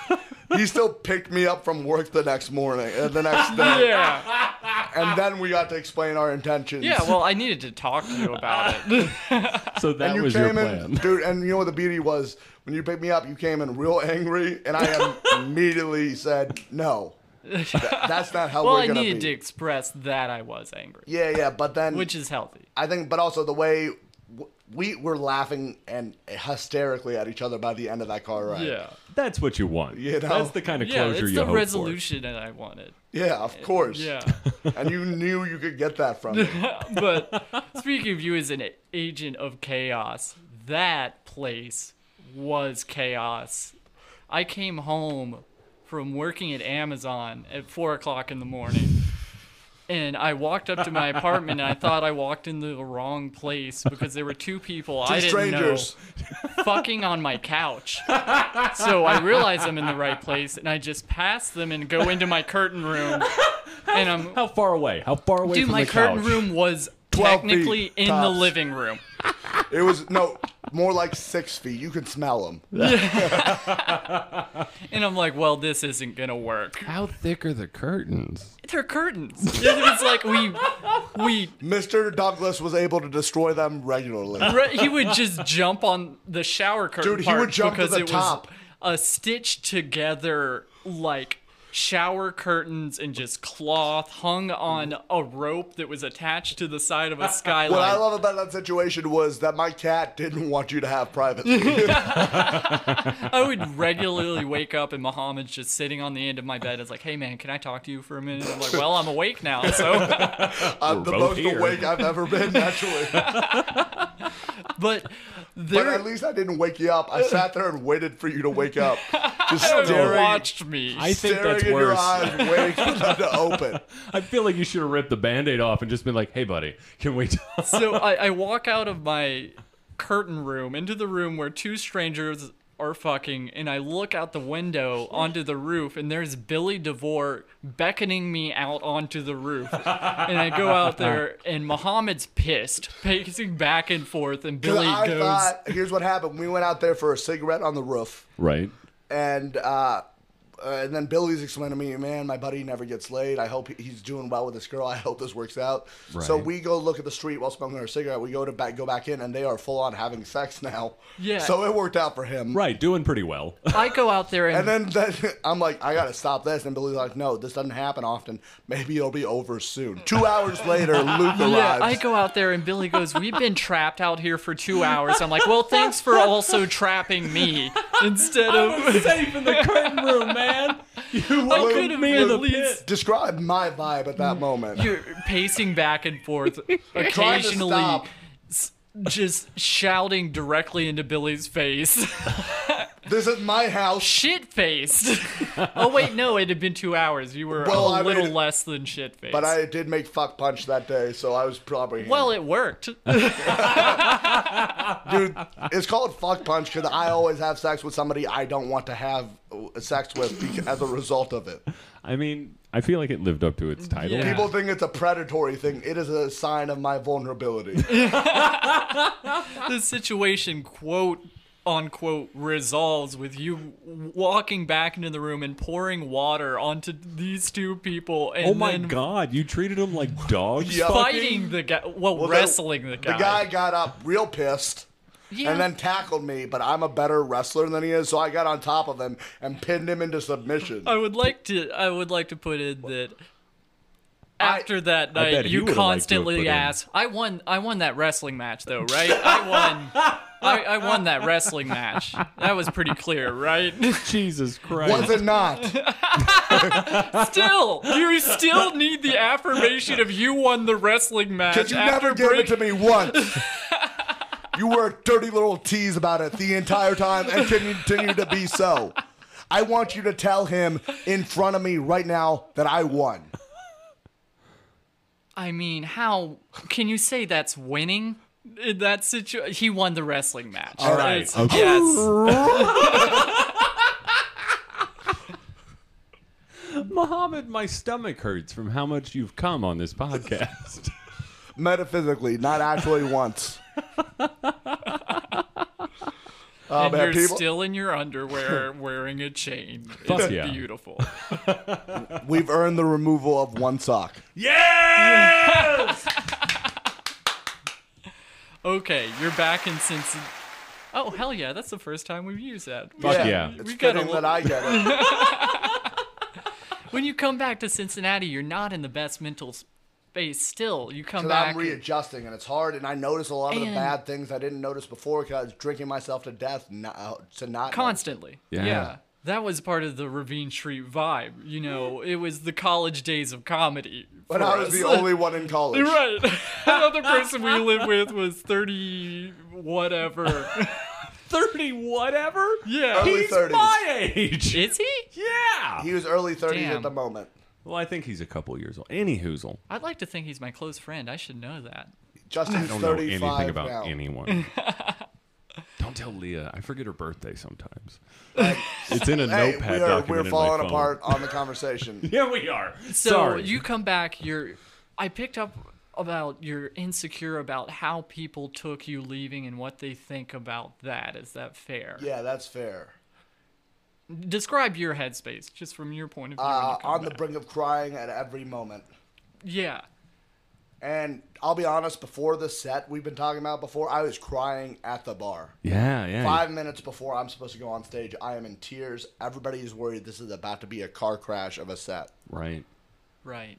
S3: He still picked me up from work the next morning, uh, the next day,
S1: Yeah.
S3: and then we got to explain our intentions.
S1: Ah. Yeah, well, I needed to talk to you about it.
S2: So that
S3: and you
S2: was your
S3: came
S2: plan.
S3: in, dude. And you know what the beauty was? When you picked me up, you came in real angry, and I immediately said, "No, Th- that's not how
S1: Well,
S3: we're
S1: I
S3: gonna
S1: needed to
S3: be."
S1: express that I was angry,
S3: Yeah, yeah, but then
S1: which is healthy.
S3: I think, but also the way w- we were laughing and hysterically at each other by the end of that car ride.
S1: Yeah.
S2: That's what you want.
S3: You know?
S2: That's the kind of
S1: Yeah,
S2: closure
S1: it's
S2: you
S1: the
S2: hope
S1: resolution that I wanted.
S3: yeah, of course.
S1: Yeah.
S3: and you knew you could get that from me.
S1: but speaking of you as an agent of chaos, that place was chaos. I came home from working at Amazon at four o'clock in the morning. And I walked up to my apartment and I thought I walked into the wrong place because there were two people I didn't
S3: strangers.
S1: know fucking on my couch. So I realize I'm in the right place and I just pass them and go into my curtain room. And I'm
S2: How far away? How far away
S1: Dude,
S2: from
S1: my
S2: the
S1: curtain
S2: couch?
S1: room was
S3: 12 feet
S1: technically in the
S3: tops.
S1: living room.
S3: It was no more like six feet. You could smell them.
S1: And I'm like, well, this isn't going to work.
S4: How thick are the curtains?
S1: They're curtains. It was like we, we,
S3: Mr. Douglas was able to destroy them regularly.
S1: re- he would just jump on the shower curtain.
S3: Dude, he
S1: part
S3: would jump to
S1: because
S3: the
S1: it
S3: top.
S1: was a stitched together, like, shower curtains and just cloth hung on a rope that was attached to the side of a skylight.
S3: What I love about that situation was that my cat didn't want you to have privacy.
S1: I would regularly wake up and Muhammad's just sitting on the end of my bed. It's like, hey man, can I talk to you for a minute? I'm like, well, I'm awake now, so.
S3: I'm the
S2: both
S3: most
S2: here.
S3: awake I've ever been, naturally.
S1: But
S3: But
S1: there,
S3: at least I didn't wake you up. I sat there and waited for you to wake up. Just
S1: everyone
S3: staring,
S1: watched me.
S2: I think
S3: staring
S2: that's
S3: in your
S2: worse.
S3: eyes, waiting for them to open.
S2: I feel like you should have ripped the band-aid off and just been like, "Hey, buddy, can we?" Talk?
S1: so I, I walk out of my curtain room into the room where two strangers are fucking, and I look out the window onto the roof, and there's Billy DeVore beckoning me out onto the roof. And I go out there, and Muhammad's pissed, pacing back and forth, and
S3: 'Cause
S1: Billy
S3: I
S1: goes.
S3: thought, here's what happened. We went out there for a cigarette on the roof,
S2: Right.
S3: and uh, uh, and then Billy's explaining to me, man, my buddy never gets laid. I hope he- he's doing well with this girl. I hope this works out. So
S2: Right.
S3: we go look at the street while smoking our cigarette. We go to back, go back in, and they are full on having sex now.
S1: Yeah.
S3: So it worked out for him.
S2: Right. Doing pretty well.
S1: I go out there and,
S3: And then, then I'm like, I gotta stop this. And Billy's like, No, this doesn't happen often. Maybe it'll be over soon. Two hours later, Luke
S1: yeah,
S3: arrives.
S1: I go out there and Billy goes, "We've been trapped out here for two hours." I'm like, "Well, thanks for also trapping me instead of."
S2: safe in the curtain room, man. Oh. You
S1: I
S2: welcomed
S1: could have
S2: me in
S1: been
S2: the
S1: at least
S2: pit.
S3: Describe my vibe at that moment.
S1: You're pacing back and forth,
S3: Trying to
S1: occasionally
S3: stop.
S1: s- just shouting directly into Billy's face,
S3: This is my house.
S1: shit faced. oh wait, no, it had been two hours. You were
S3: Well,
S1: a
S3: I mean-
S1: little less than shit faced.
S3: But I did make fuck punch that day, so I was probably.
S1: well, it worked.
S3: Uh-huh. dude, it's called fuck punch because I always have sex with somebody I don't want to have uh, sex with bec- as a result of it.
S2: I mean, I feel like it lived up to its title.
S1: Yeah.
S3: People think it's a predatory thing. It is a sign of my vulnerability.
S1: the situation quote unquote resolves with you walking back into the room and pouring water onto these two people and
S2: Oh my
S1: then
S2: god, you treated them like dogs.
S3: Yeah.
S1: fighting the guy well,
S3: Well, that-
S1: wrestling the guy.
S3: The guy got up real pissed.
S1: Yeah.
S3: And then tackled me, but I'm a better wrestler than he is, so I got on top of him and pinned him into submission.
S1: I would like to I would like to put in that after that
S2: I
S1: night
S2: bet you
S1: you
S2: would've liked to have put
S1: constantly
S2: in.
S1: asked I won I won that wrestling match though, right? I won I, I won that wrestling match. That was pretty clear, right?
S2: Jesus Christ.
S3: Was it not?
S1: still, you still need the affirmation of you won the wrestling match.
S3: Because you
S1: after
S3: never gave
S1: break-
S3: it to me once. you were a dirty little tease about it the entire time and continue to be so. I want you to tell him in front of me right now that I won.
S1: I mean, how can you say that's winning? In that situation, he won the wrestling match. All
S2: right, okay.
S1: Yes.
S2: Muhammad, my stomach hurts from how much you've come on this podcast.
S3: Metaphysically, not actually once. Oh,
S1: and
S3: man,
S1: you're
S3: people-
S1: still in your underwear wearing a chain.
S2: Fuck
S1: it's
S2: yeah.
S1: beautiful.
S3: We've earned the removal of one sock.
S2: yeah!
S1: Okay, you're back in Cincinnati. Oh, hell yeah. That's the first time we've used that. We-
S2: Fuck yeah.
S3: It's
S1: We gotta
S3: fitting
S1: look-
S3: that I get it.
S1: When you come back to Cincinnati, you're not in the best mental space still. You come
S3: Because
S1: back.
S3: I'm readjusting and it's hard, and I notice a lot of the
S1: And-
S3: bad things I didn't notice before because I was drinking myself to death not, to not.
S1: constantly.
S2: Yeah.
S1: That was part of the Ravine Street vibe, you know. It was the college days of comedy.
S3: But
S1: for
S3: I was
S1: us.
S3: the only one in college.
S1: Right. Another person we lived with was 30 whatever.
S2: 30 whatever?
S1: Yeah.
S3: Early
S2: He's
S3: 30s.
S2: my age.
S1: Is he?
S2: yeah.
S3: He was early 30s
S1: Damn.
S3: at the moment.
S2: Well, I think he's a couple years old. Any hoozle.
S1: I'd like to think he's my close friend. I should know that.
S2: I
S3: Justin's
S2: don't know
S3: 35
S2: anything about
S3: now.
S2: anyone. don't tell Leah. I forget her birthday sometimes. it's in a
S3: Hey,
S2: notepad
S3: we are,
S2: document.
S3: we're
S2: in my
S3: falling
S2: phone.
S3: apart on the conversation.
S2: Yeah, we are.
S1: So
S2: Sorry.
S1: you come back. You're. I picked up about you're insecure about how people took you leaving and what they think about that. Is that fair?
S3: yeah, that's fair.
S1: Describe your headspace, just from your point of view. when you
S3: Uh,
S1: come
S3: on the
S1: back.
S3: brink of crying at every moment.
S1: Yeah.
S3: And I'll be honest, before the set we've been talking about before, I was crying at the bar.
S2: Yeah, yeah.
S3: Five minutes before I'm supposed to go on stage, I am in tears. Everybody is worried this is about to be a car crash of a set.
S2: Right.
S1: Right.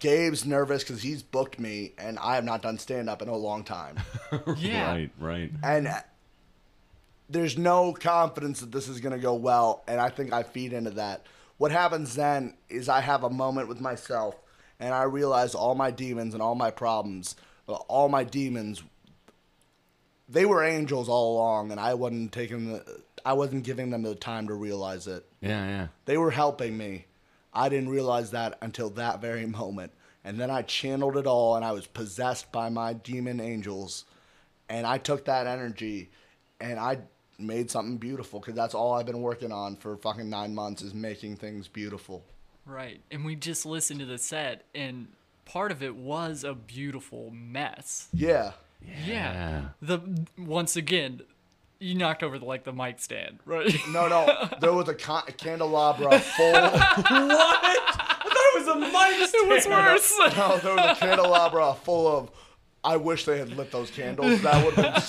S3: Gabe's nervous because he's booked me, and I have not done stand up in a long time.
S1: Yeah.
S2: Right, right.
S3: and uh, there's no confidence that this is going to go well and i think i feed into that what happens then is i have a moment with myself and i realize all my demons and all my problems uh, all my demons they were angels all along and i wasn't taking the i wasn't giving them the time to realize it
S2: Yeah, yeah.
S3: they were helping me i didn't realize that until that very moment and then i channeled it all and i was possessed by my demon angels and I took that energy and I made something beautiful because that's all I've been working on for fucking nine months is making things beautiful.
S1: Right. And we just listened to the set, and part of it was a beautiful mess.
S3: Yeah.
S1: Yeah. The once again, you knocked over the, like the mic stand, right?
S3: No, no, there was a, con- a candelabra full. no,
S2: I thought it was a mic
S1: it was worse.
S3: there was a candelabra full of. I wish they had lit those candles. That would have been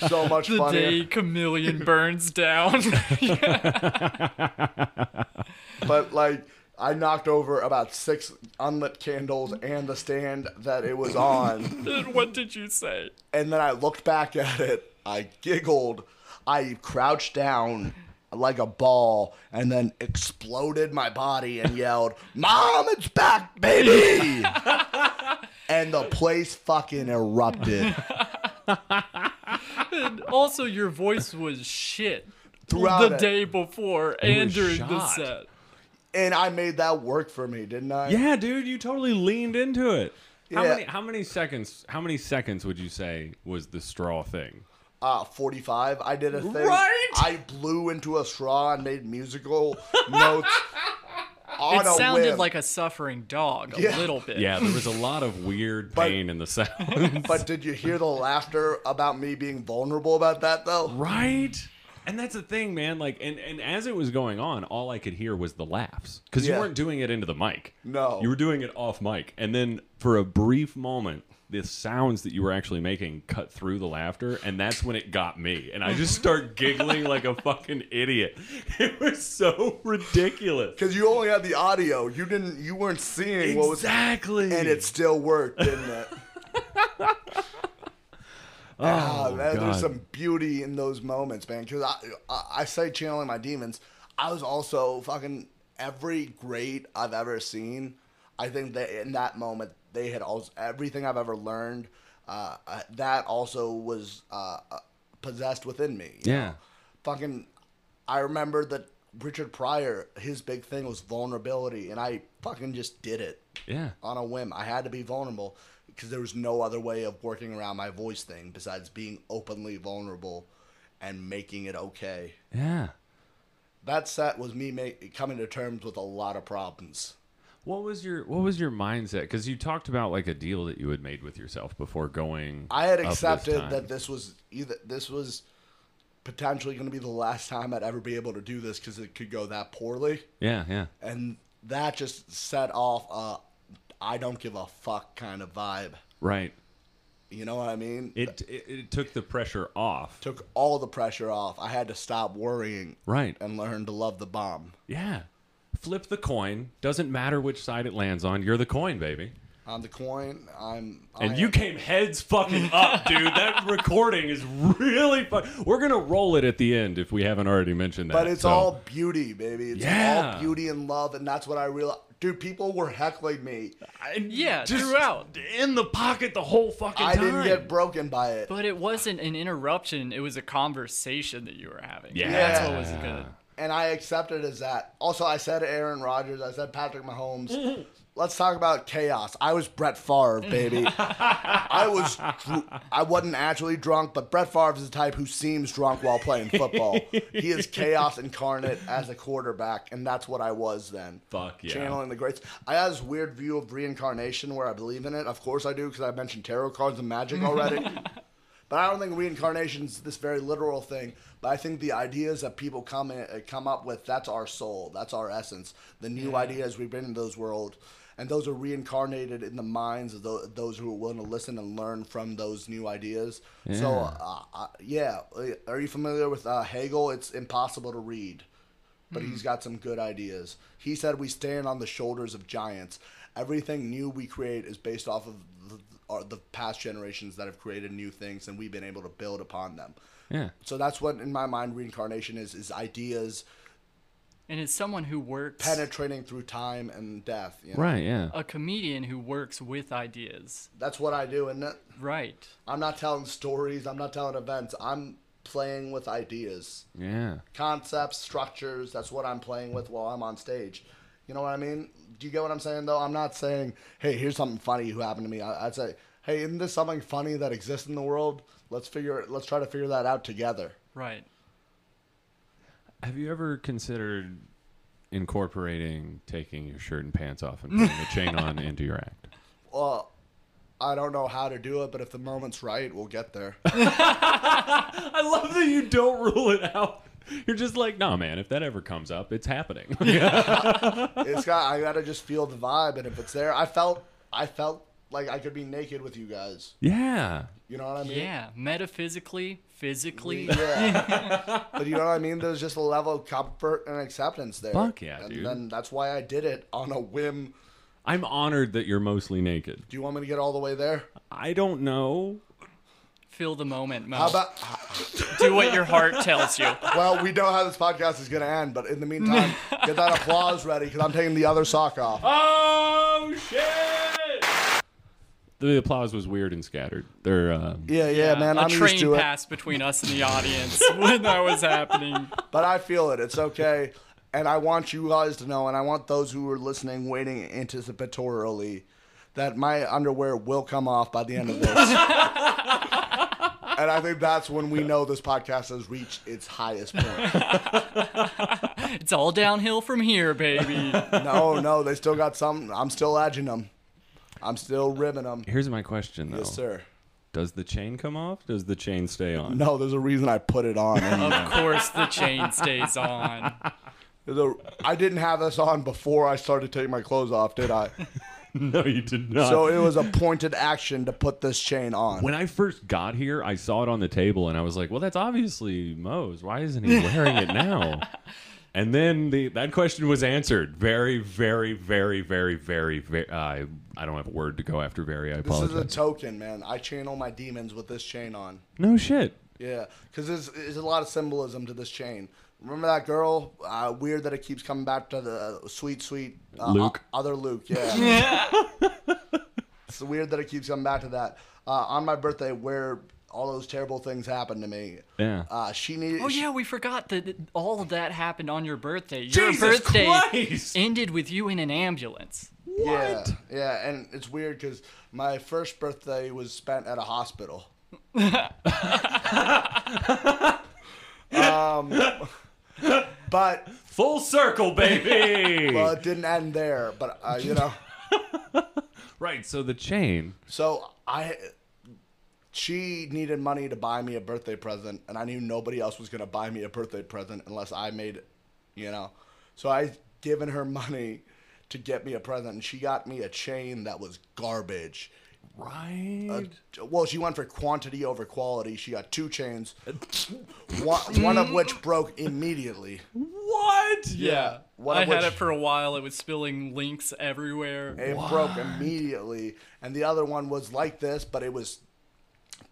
S3: so, so much
S1: the
S3: funnier.
S1: day chameleon burns down.
S3: But like, I knocked over about six unlit candles and the stand that it was on.
S1: And what did you say?
S3: and then I looked back at it. I giggled. I crouched down like a ball and then exploded my body and yelled, Mom, it's back, baby! and the place fucking erupted.
S1: Also, your voice was shit
S3: Throughout
S1: the
S3: it.
S1: day before and
S2: was
S1: during the
S2: shot.
S1: set.
S3: And I made that work for me, didn't I?
S2: Yeah, dude, you totally leaned into it. How
S3: Yeah.
S2: many how many seconds how many seconds would you say was the straw thing?
S3: Uh, 45. I did a thing.
S2: Right?
S3: I blew into a straw and made musical notes. On
S1: It
S3: a
S1: sounded
S3: whim.
S1: like a suffering dog a
S3: Yeah.
S1: little bit.
S2: Yeah, there was a lot of weird
S3: But-
S2: pain in the sound.
S3: But did you hear the laughter about me being vulnerable about that, though?
S2: right? And that's the thing, man. Like and, and as it was going on, all I could hear was the laughs. Because
S3: Yeah.
S2: you weren't doing it into the mic.
S3: No.
S2: You were doing it off mic. And then for a brief moment, the sounds that you were actually making cut through the laughter, and that's when it got me. And I just start giggling like a fucking idiot. It was so ridiculous.
S3: Because you only had the audio. You didn't. You weren't seeing what was.
S2: Exactly.
S3: And it still worked, didn't it? Ah, man,
S2: Oh, God.
S3: there's some beauty in those moments, man. Because I, I, I say channeling my demons. I was also fucking every great I've ever seen. I think that in that moment they had all everything I've ever learned. Uh, uh, that also was uh, uh, possessed within me. you
S2: Yeah.
S3: fucking I remember that Richard Pryor, his big thing was vulnerability, and I fucking just did it
S2: Yeah.
S3: on a whim. I had to be vulnerable because there was no other way of working around my voice thing besides being openly vulnerable and making it okay.
S2: Yeah.
S3: That set was me make, coming to terms with a lot of problems.
S2: What was your what was your mindset? Because you talked about like a deal that you had made with yourself before going.
S3: I had
S2: up this
S3: accepted
S2: time.
S3: that this was either this was potentially going to be the last time I'd ever be able to do this because it could go that poorly.
S2: Yeah, yeah,
S3: and that just set off a I don't give a fuck kind of vibe.
S2: right.
S3: You know what I mean?
S2: It it, it took the pressure off.
S3: took all the pressure off. I had to stop worrying
S2: Right.
S3: and learn to love the bomb.
S2: Yeah. Flip the coin. Doesn't matter which side it lands on. You're the coin, baby.
S3: On the coin, I'm
S2: And
S3: I
S2: you
S3: am-
S2: came heads fucking up, dude. That recording is really fun. We're gonna roll it at the end if we haven't already mentioned that.
S3: But it's
S2: so-
S3: all beauty, baby. It's
S2: Yeah.
S3: all beauty and love and that's what I realized. Dude, people were heckling me.
S1: Yeah, throughout.
S2: in the pocket the whole fucking
S3: I
S2: time.
S3: didn't get broken by it.
S1: But it wasn't an interruption. It was a conversation that you were having.
S2: Yeah.
S1: That's what was good.
S3: and I accept it as that. Also, I said Aaron Rodgers. I said Patrick Mahomes. Let's talk about chaos. I was Brett Favre, baby. I was. dr- I wasn't actually drunk, but Brett Favre is the type who seems drunk while playing football. he is chaos incarnate as a quarterback, and that's what I was then.
S2: Fuck yeah.
S3: Channeling the greats. I had this weird view of reincarnation where I believe in it. Of course I do, because I mentioned tarot cards and magic already. But I don't think reincarnation's this very literal thing. But I think the ideas that people come in, uh, come up with that's our soul, that's our essence. The new ideas we bring into those world, and those are reincarnated in the minds of tho- those who are willing to listen and learn from those new ideas. So, uh, uh, yeah, Uh, are you familiar with uh, Hegel? It's impossible to read but he's got some good ideas. He said we stand on the shoulders of giants. Everything new we create is based off of the, our, the past generations that have created new things, and we've been able to build upon them.
S2: Yeah.
S3: So that's what, in my mind, reincarnation is: is ideas
S1: And it's someone who works,
S3: penetrating through time and death. You know?
S2: Right, yeah.
S1: a comedian who works with ideas.
S3: That's what I do, and
S1: Right.
S3: I'm not telling stories. I'm not telling events. I'm playing with ideas,
S2: Yeah.
S3: concepts, structures. That's what I'm playing with while I'm on stage. You know what I mean? Do you get what I'm saying though? I'm not saying, hey, here's something funny who happened to me. I, I'd say, hey, isn't this something funny that exists in the world? Let's figure it. Let's try to figure that out together.
S1: Right.
S2: Have you ever considered incorporating taking your shirt and pants off and putting the chain on into your act?
S3: Well, I don't know how to do it, but if the moment's right, we'll get there.
S2: I love that you don't rule it out. You're just like, nah, man. If that ever comes up, it's happening.
S3: it's got. I gotta just feel the vibe, and if it's there, I felt. I felt like I could be naked with you guys.
S2: yeah,
S3: You know what I mean?
S1: Yeah. Metaphysically, physically.
S3: Yeah. but you know what I mean? There's just a level of comfort and acceptance there.
S2: Fuck yeah,
S3: and
S2: dude.
S3: then that's why I did it on a whim.
S2: I'm honored that you're mostly naked.
S3: Do you want me to get all the way there?
S2: I don't know.
S1: Feel the moment, Mo.
S3: How about?
S1: Do what your heart tells you.
S3: Well, we know how this podcast is gonna end, but in the meantime, get that applause ready because I'm taking the other sock off.
S2: Oh shit! The applause was weird and scattered. They're uh,
S3: yeah, yeah, man,
S1: a
S3: I'm
S1: train
S3: used to it.
S1: passed between us and the audience when that was happening.
S3: But I feel it. It's okay. And I want you guys to know, and I want those who are listening waiting anticipatorily, that my underwear will come off by the end of this. and I think that's when we know this podcast has reached its highest point.
S1: It's all downhill from here, baby.
S3: No, no, they still got some. I'm still edging them. I'm still ribbing them.
S2: here's my question though.
S3: Yes, sir.
S2: Does the chain come off? Does the chain stay on?
S3: No, there's a reason I put it on. And
S1: Of course, the chain stays on.
S3: there's a- I didn't have this on before I started taking my clothes off, did I?
S2: No, you did not.
S3: So it was a pointed action to put this chain on.
S2: when I first got here, I saw it on the table and I was like, "Well, that's obviously Moe's. Why isn't he wearing it now?" and then the that question was answered very, very, very, very, very, very. Uh, I I don't have a word to go after very. I
S3: This is a
S2: apologize.
S3: token, man. I channel my demons with this chain on.
S2: no shit.
S3: Yeah, because there's, there's a lot of symbolism to this chain. Remember that girl? Uh, weird that it keeps coming back to the sweet, sweet uh,
S2: Luke.
S3: o- other Luke. Yeah.
S1: Oh,
S3: it's weird that it keeps coming back to that. Uh, on my birthday, where all those terrible things happened to me.
S2: Yeah.
S3: Uh, she needed.
S1: Oh
S3: she-
S1: yeah, we forgot that all of that happened on your birthday. Your birthday
S2: Christ!
S1: ended with you in an ambulance.
S3: Yeah, yeah, and it's weird because my first birthday was spent at a hospital. um, but
S2: Full circle, baby.
S3: well, it didn't end there. But uh, you know,
S2: right. So the chain.
S3: so I, she needed money to buy me a birthday present, and I knew nobody else was gonna buy me a birthday present unless I made, it, you know, so I given her money to get me a present, and she got me a chain that was garbage.
S2: Right.
S3: well, she went for quantity over quality. She got two chains, one, one of which broke immediately.
S2: what?
S1: Yeah,
S3: One
S1: I
S3: of
S1: had
S3: which-
S1: it for a while. It was spilling links everywhere.
S3: It broke immediately, and the other one was like this, but it was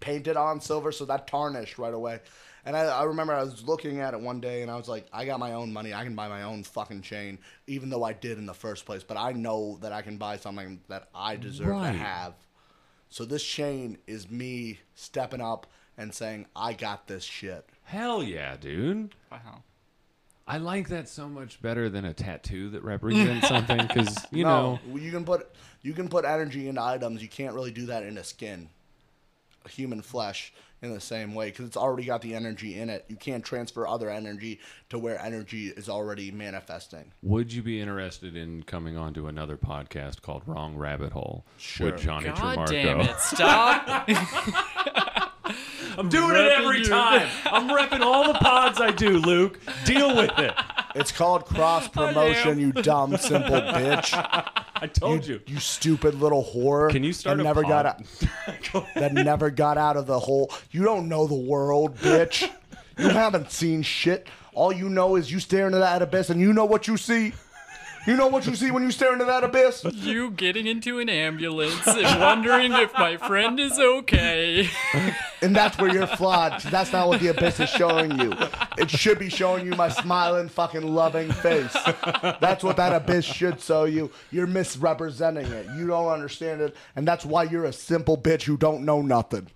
S3: painted on silver, so that tarnished right away. And I, I remember I was looking at it one day, and I was like, I got my own money. I can buy my own fucking chain, even though I did in the first place. But I know that I can buy something that I deserve
S2: Right.
S3: to have. So this chain is me stepping up and saying, I got this shit.
S2: Hell yeah, dude.
S1: Wow.
S2: I like that so much better than a tattoo that represents something because you know
S3: no, you can put you can put energy into items. You can't really do that in a skin, human flesh, in the same way because it's already got the energy in it. You can't transfer other energy to where energy is already manifesting.
S2: Would you be interested in coming on to another podcast called Wrong Rabbit Hole with Johnny
S1: God
S2: Tremarco?
S1: damn it! Stop.
S2: I'm doing it every time. I'm repping all the pods I do, Luke. Deal with it.
S3: It's called cross promotion. you dumb simple bitch.
S2: I told you.
S3: You stupid little whore.
S2: Can you start
S3: that
S2: a
S3: never got
S2: pod?
S3: out, that never got out of the hole. You don't know the world, bitch. You haven't seen shit. All you know is you stare into that abyss, and you know what you see. You know what you see when you stare into that abyss.
S1: you getting into an ambulance and wondering if my friend is okay.
S3: And that's where you're flawed. 'cause That's not what the abyss is showing you. It should be showing you my smiling, fucking loving face. That's what that abyss should show you. You're misrepresenting it. You don't understand it, and that's why you're a simple bitch who don't know nothing.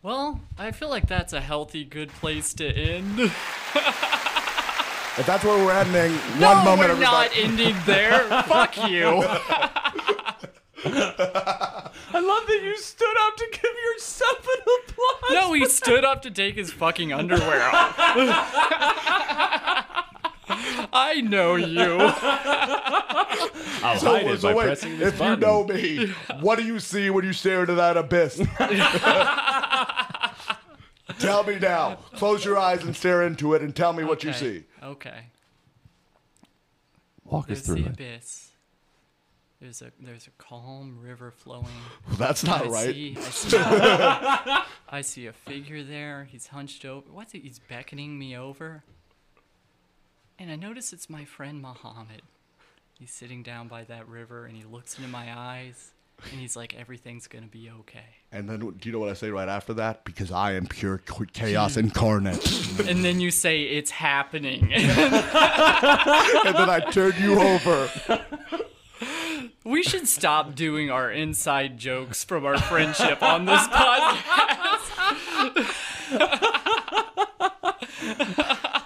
S1: Well, I feel like that's a healthy, good place to end.
S3: If that's where we're ending, one
S1: no,
S3: moment,
S1: we're
S3: everybody.
S1: not ending there. Fuck you.
S2: I love that you stood up to give yourself an applause.
S1: No, he stood up to take his fucking underwear off. I know you.
S2: I'll
S3: So-
S2: hide it
S3: so
S2: by
S3: wait,
S2: pressing this
S3: if
S2: button.
S3: you know me, what do you see when you stare into that abyss? tell me now. Close your eyes and stare into it, and tell me what you
S1: Okay,
S3: see.
S1: Okay.
S2: Walk us
S1: There's
S2: through
S1: the
S2: it.
S1: abyss. There's a there's a calm river flowing.
S3: That's not
S1: I
S3: right.
S1: see I see, I see a figure there. He's hunched over. What's it? He's beckoning me over. And I notice it's my friend Muhammad. He's sitting down by that river and he looks into my eyes and he's like, "Everything's gonna be okay."
S3: And then, do you know what I say right after that? Because I am pure qu- chaos incarnate.
S1: And then you say, "It's happening."
S3: and then I turn you over.
S1: we should stop doing our inside jokes from our friendship on this podcast.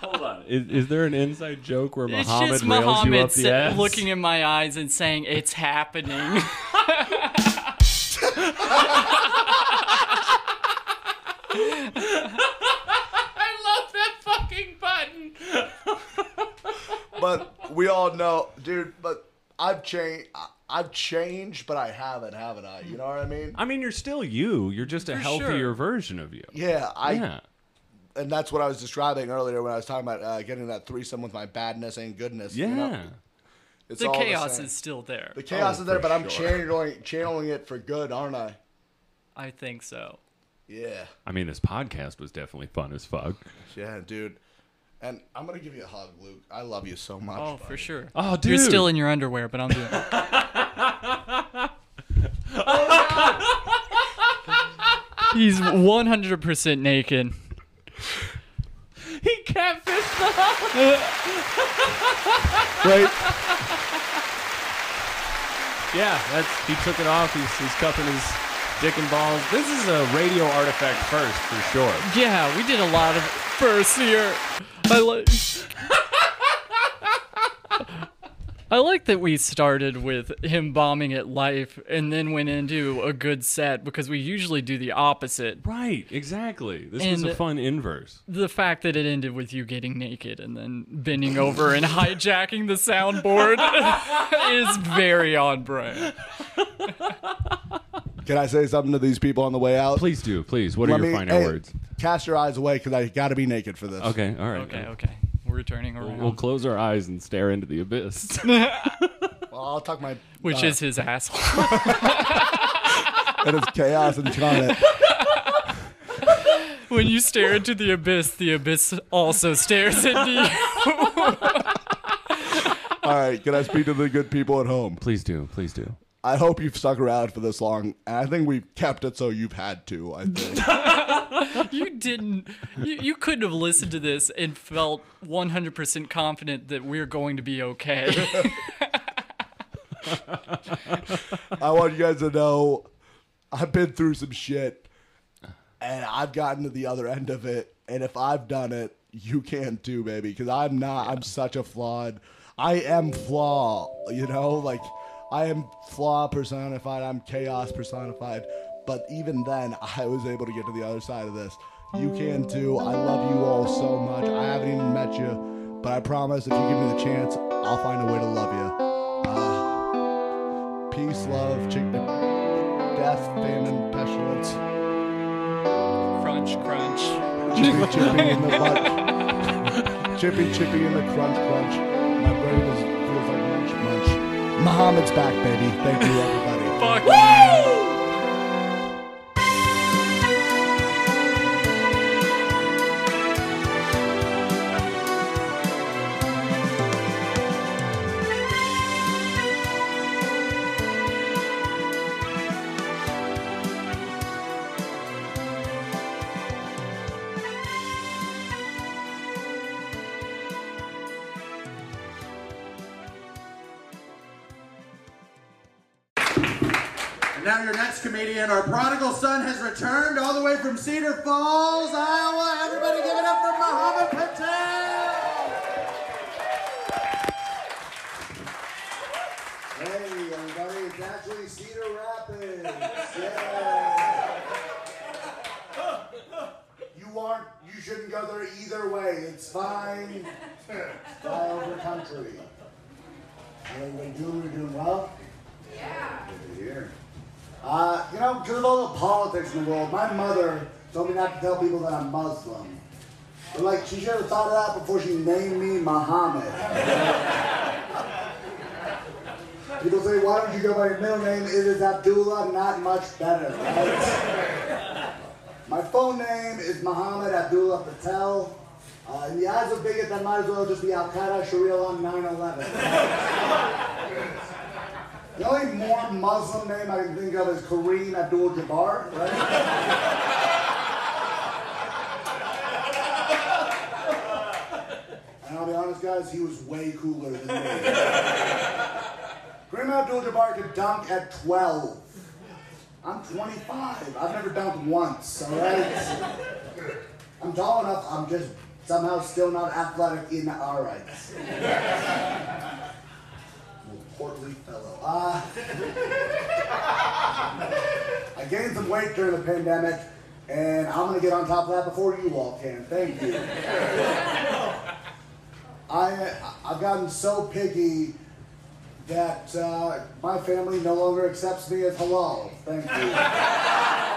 S2: Hold on. Is, is there an inside joke where
S1: It's
S2: Muhammad
S1: just
S2: rails you
S1: Muhammad
S2: up the
S1: sa-
S2: ass?
S1: looking in my eyes and saying, "It's happening."
S4: I love that fucking button.
S3: But we all know, dude. But I've changed. I've changed, but I haven't, haven't I? You know what I mean?
S2: I mean, you're still you. You're just a
S1: For
S2: healthier
S1: sure.
S2: version of you.
S3: Yeah, I.
S2: Yeah.
S3: and that's what I was describing earlier when I was talking about uh, getting that threesome with my badness and goodness. you know?
S2: Yeah.
S3: it's
S1: the
S3: all
S1: chaos
S3: same.
S1: is still there.
S3: the chaos
S2: Oh,
S3: is there,
S2: for
S3: but I'm
S2: sure.
S3: channeling channeling it for good, aren't I?
S1: I think so.
S3: Yeah,
S2: I mean, this podcast was definitely fun as fuck.
S3: yeah, dude. And I'm gonna give you a hug, Luke. I love you so much.
S1: Oh,
S3: buddy.
S1: for sure.
S2: Oh,
S1: You're
S2: dude.
S1: still in your underwear, but I'm doing. it.
S2: Oh,
S1: He's 100% naked.
S4: He catfished the
S3: Right?
S2: Yeah, that's he took it off. He's, he's cupping his dick and balls. This is a radio artifact first for sure.
S1: Yeah, we did a lot of first year. I like. I like that we started with him bombing at life and then went into a good set because we usually do the opposite.
S2: Right, exactly. This was
S1: And-
S2: a fun inverse.
S1: The fact that it ended with you getting naked and then bending over and hijacking the soundboard is very on brand.
S3: Can I say something to these people on the way out?
S2: Please do, please. What are
S3: Let
S2: your
S3: me-
S2: final
S3: hey,
S2: words?
S3: Cast your eyes away because I got to be naked for this.
S2: Okay, all right.
S1: Okay, okay. We're turning around.
S2: We'll close our eyes and stare into the abyss.
S3: Well, I'll tuck my.
S1: which is his asshole.
S3: It is chaos incarnate.
S1: when you stare into the abyss, the abyss also stares into you.
S3: All right, can I speak to the good people at home?
S2: please do, please do.
S3: I hope you've stuck around for this long. And I think we've kept it so you've had to. I think.
S1: You didn't. You, you couldn't have listened to this and felt 100% confident that we're going to be okay.
S3: I want you guys to know I've been through some shit and I've gotten to the other end of it. And if I've done it, you can too, baby. Because I'm not. I'm such a flawed. I am flaw. You know, like I am flaw personified. I'm chaos personified. But even then, I was able to get to the other side of this. You can too. I love you all so much. I haven't even met you, but I promise if you give me the chance, I'll find a way to love you. Ah, peace, love, chicken, death, famine, pestilence.
S1: Crunch, crunch.
S3: Chippy chippy in the butt. chippy chippy in the crunch crunch. My brain is, feels like munch munch. Muhammad's back, baby. Thank you, everybody.
S1: Fuck yeah.
S5: And now your next comedian, our prodigal son, has returned all the way from Cedar Falls, Iowa. Everybody give it up for Muhammad Patel! Hey, everybody, it's actually Cedar Rapids. Yeah. You aren't, you shouldn't go there either way. It's fine. It's all over the country. Everybody doing, we're doing well? Yeah. Good to hear. Uh, you know, because of all the politics in the world, my mother told me not to tell people that I'm Muslim. But like, she should have thought of that before she named me Muhammad. people say, why don't you go by your middle name? It is Abdullah, not much better, right? my phone name is Muhammad Abdullah Patel. Uh, in the eyes of bigots, I might as well just be Al Qaeda Sharia on 9 11. The only more Muslim name I can think of is Kareem Abdul Jabbar, right? and I'll be honest, guys, he was way cooler than me. Kareem Abdul Jabbar could dunk at 12. I'm 25. I've never dunked once, all right? I'm tall enough, I'm just somehow still not athletic in all right. Little Portly fellow. Uh, I gained some weight during the pandemic, and I'm gonna get on top of that before you all can. Thank you. I I've gotten so picky that uh, my family no longer accepts me as halal. Thank you.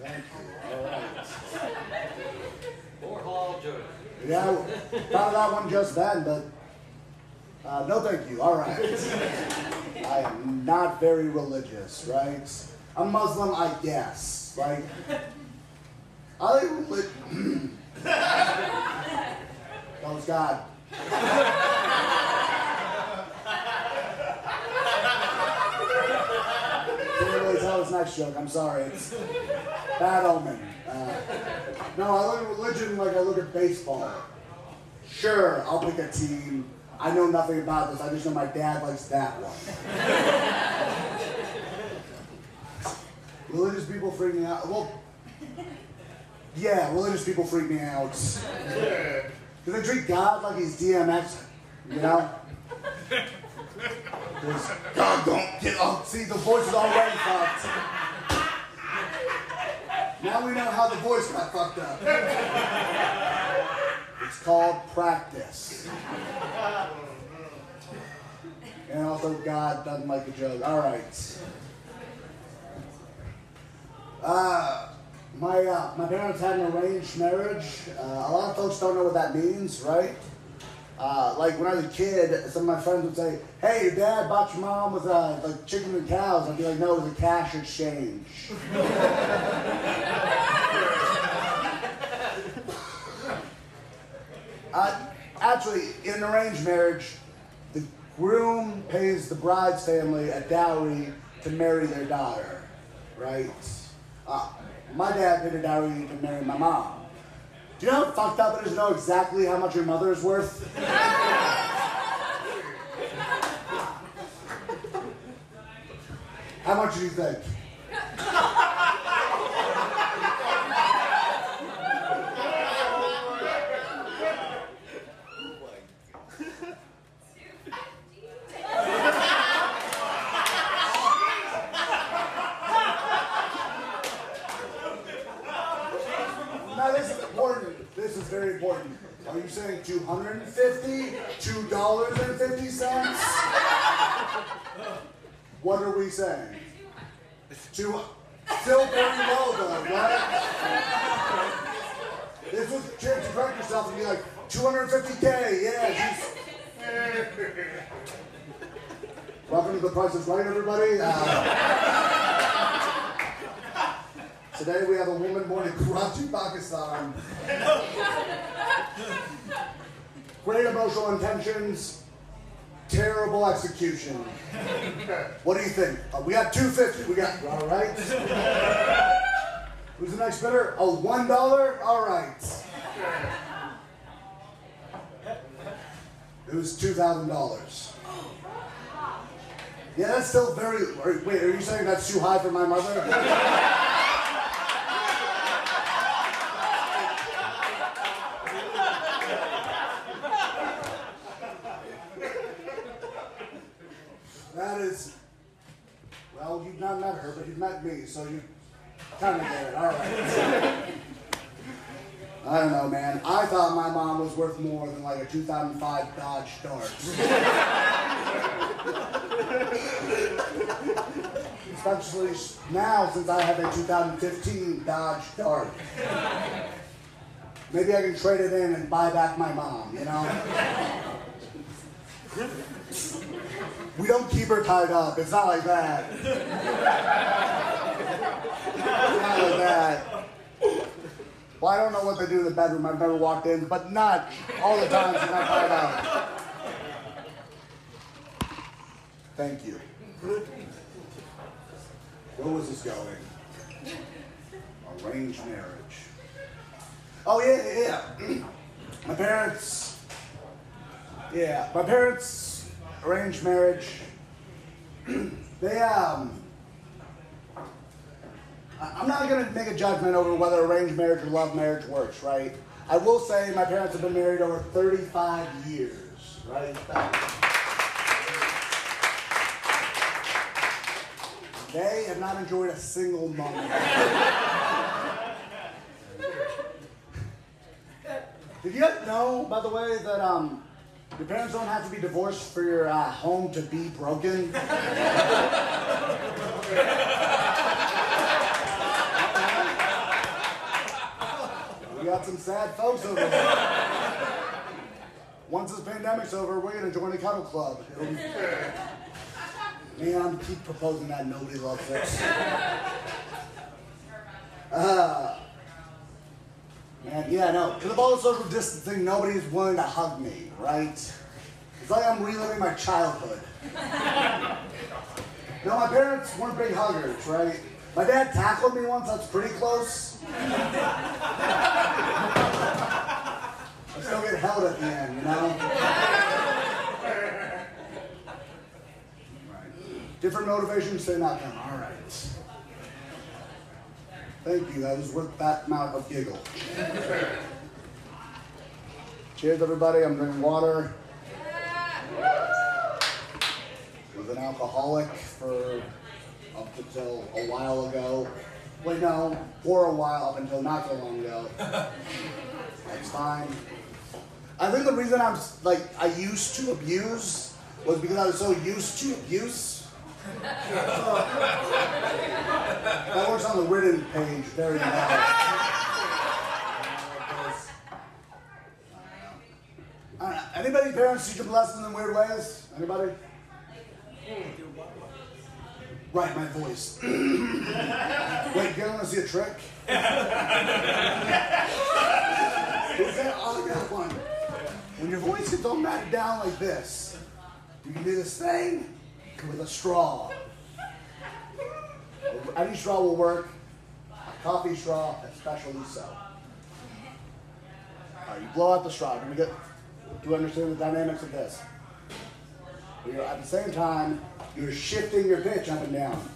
S5: Thank you. All right. Yeah, I thought of that one just then, but uh, no, thank you. All right. I am not very religious, right? I'm Muslim, I guess. Like, I like relig- that was God. Didn't really tell his next joke. I'm sorry. It's bad omen. Uh, no, I look at religion like I look at baseball. Sure, I'll pick a team. I know nothing about this. I just know my dad likes that one. religious people freak me out. Well, yeah, religious people freak me out. Because they treat God like he's DMX, you know? 'Cause God don't get up. See, the voice is already fucked. Now we know how the voice got fucked up. It's called practice. And also, God doesn't like a joke. All right. Uh, my uh, my parents had an arranged marriage. Uh, a lot of folks don't know what that means, right? Uh, like when I was a kid, some of my friends would say, "Hey, your dad bought your mom with uh, like chicken and cows." I'd be like, "No, it was a cash exchange." Uh, actually, in an arranged marriage, the groom pays the bride's family a dowry to marry their daughter, right? Uh, my dad paid a dowry to marry my mom. Do you know how fucked up it is to know exactly how much your mother is worth? how much do you think? Now this is important. This is very important. Are you saying 250? Two dollars and fifty cents? What are we saying? Two still pretty low though, right? This was you have to correct yourself and be like, 250K, yeah. geez. Welcome to the Price is Right, everybody. Uh, Today we have a woman born in Karachi, Pakistan. Great emotional intentions, terrible execution. What do you think? Uh, we got 250. We got all right. Who's the next bidder? Oh, one dollar. All right. It was two thousand dollars. Yeah, that's still very. are- Wait, are you saying that's too high for my mother? That is, well, you've not met her, but you've met me, so you kind of get it. All right. I don't know, man. I thought my mom was worth more than like a 2005 Dodge Dart. Especially s- now since I have a 2015 Dodge Dart. Maybe I can trade it in and buy back my mom, you know? We don't keep her tied up. It's not like that. it's not like that. Well, I don't know what they do in the bedroom. I've never walked in, but not all the times she's not tied up. Thank you. Where was this going? Arranged marriage. Oh yeah, yeah, yeah. My parents yeah, my parents arranged marriage. they um, I- I'm not gonna make a judgment over whether arranged marriage or love marriage works, right? I will say my parents have been married over 35 years, right? They have not enjoyed a single moment. Did you guys know, by the way, that um, your parents don't have to be divorced for your uh, home to be broken? we got some sad folks over here. Once this pandemic's over, we're gonna join a cuddle club. It'll be- Man, keep proposing that. Nobody loves it. Man, yeah, no. Because of all the social distancing, nobody's willing to hug me, right? It's like I'm reliving my childhood. no, my parents weren't big huggers, right? My dad tackled me once, that's pretty close. I still get held at the end, you know? Right. Different motivations, say not them. All right. Thank you. That was worth that amount of giggle. Cheers, everybody. I'm drinking water. Was an alcoholic for up until a while ago. Wait, no, for a while up until not so long ago. That's fine. I think the reason I'm s- like I used to abuse was because I was so used to abuse. That works on the written page very well. I don't know. Anybody parents teach them lessons in weird ways? Anybody? Right, my voice. Wait, you want to see a trick? Who's that? Oh, I got one. When your voice gets all matted down like this, you can do this thing with a straw. Any straw will work. A coffee straw, especially so. All right, you blow out the straw. Do we get? Do we understand the dynamics of this? You're, at the same time, you're shifting your pitch up and down.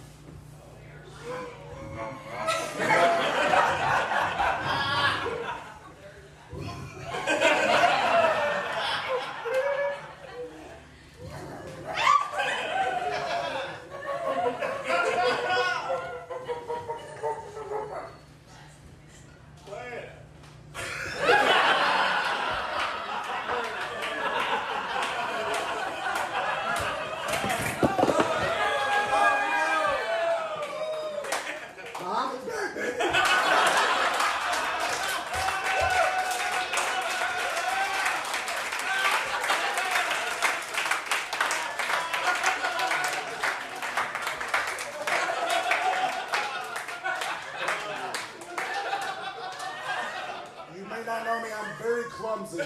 S5: You may not know me, I'm very clumsy.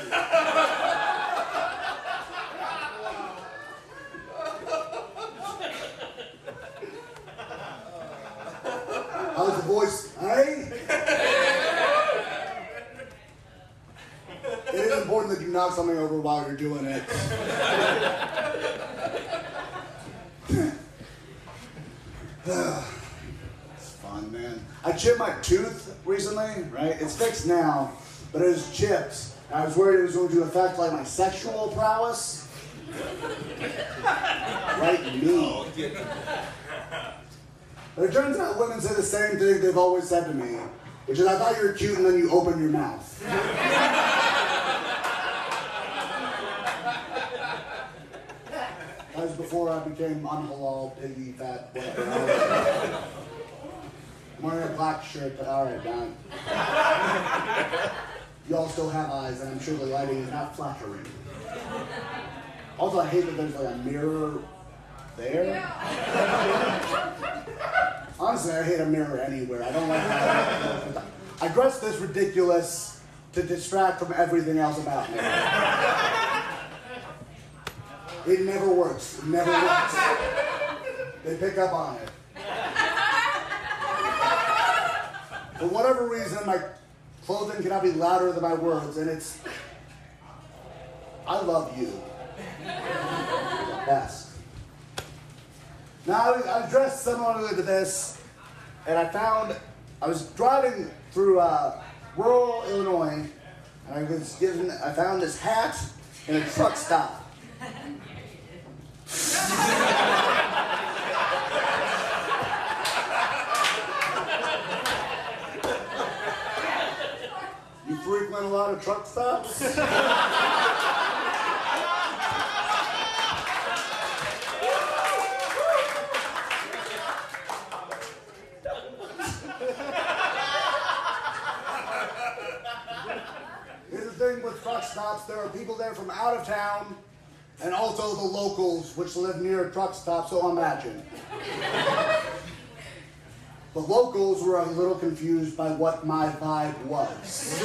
S5: How's the voice? Hey? It is important that you knock something over while you're doing it. It's fun, man. I chipped my tooth recently, right? It's fixed now, but it was chips. I was worried it was going to affect like my sexual prowess. right, me. But it turns out women say the same thing they've always said to me, which is, "I thought you were cute, and then you opened your mouth." That was before I became unhalal, piggy, fat, whatever. I was. uh, I'm wearing a black shirt, but all right, Don. you all still have eyes, and I'm sure the lighting is not flattering. Also, I hate that there's like a mirror there. Honestly, I hate a mirror anywhere. I don't like that. I dress this ridiculous to distract from everything else about me. It never works. It never works. They pick up on it. For whatever reason, my clothing cannot be louder than my words, and it's. I love you. You're the best. Now, I, I dressed similarly to this, and I found I was driving through uh, rural Illinois, and I was given, I found this hat in a truck stop. You frequent a lot of truck stops? Here's the thing with truck stops there are people there from out of town and also the locals which live near a truck stop, so imagine. The locals were a little confused by what my vibe was.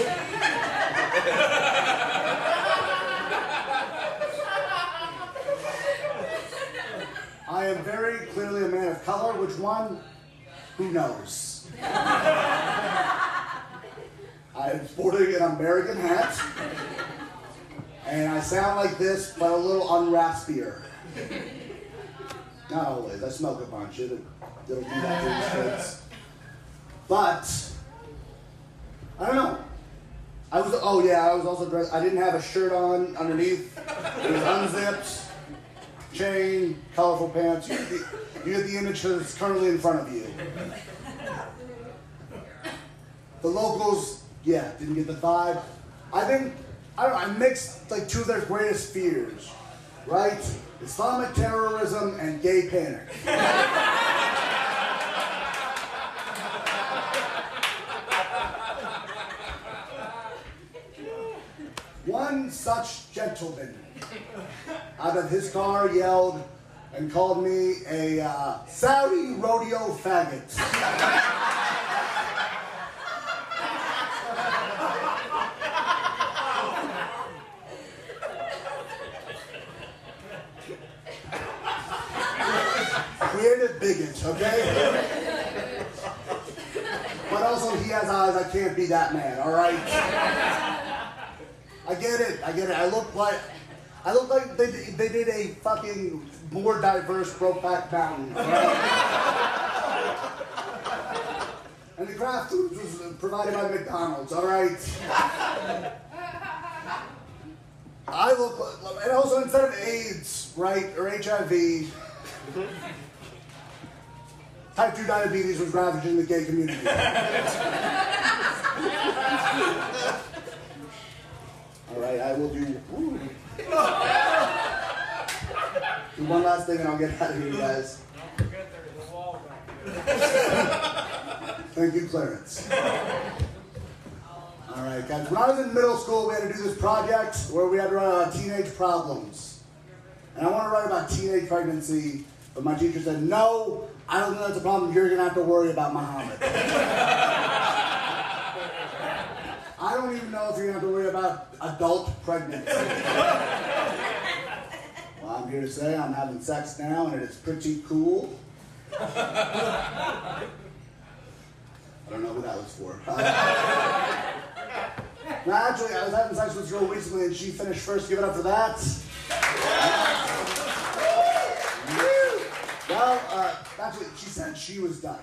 S5: I am very clearly a man of color, which one? Who knows? I am sporting an American hat, and I sound like this, but a little unraspier. Not always. I smoke a bunch. It'll, it'll do that to these kids. But I don't know. I was oh yeah, I was also dressed. I didn't have a shirt on underneath. It was unzipped, chain, colorful pants. You get the, you get the image that's currently in front of you. The locals, yeah, didn't get the vibe. I think I don't know, I mixed like two of their greatest fears, right? Islamic terrorism and gay panic. One such gentleman out of his car yelled and called me a uh, Saudi rodeo faggot. Creative bigot, okay? But also, he has eyes. I can't be that man, all right? I get it. I get it. I look like I look like they, they did a fucking more diverse Brokeback Mountain. alright? and the craft food was provided by McDonald's. All right. I look like, and also instead of AIDS, right, or HIV, type 2 diabetes was ravaging the gay community. All right, I will do. ooh. Do one last thing and I'll get out of here, guys. Thank you, Clarence. All right, guys. When I was in middle school, we had to do this project where we had to write about teenage problems. And I want to write about teenage pregnancy, but my teacher said, no, I don't think that's a problem. You're going to have to worry about Muhammad. I don't even know if you're going to have to worry about adult pregnancy. well, I'm here to say I'm having sex now, and it is pretty cool. I don't know who that was for. No, actually, I was having sex with this girl recently, and she finished first. Give it up for that. Woo! Well, uh, actually, she said she was done.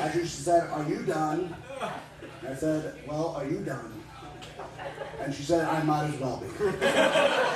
S5: Actually, she said, "Are you done?" And I said, "Well, are you done?" And she said, "I might as well be."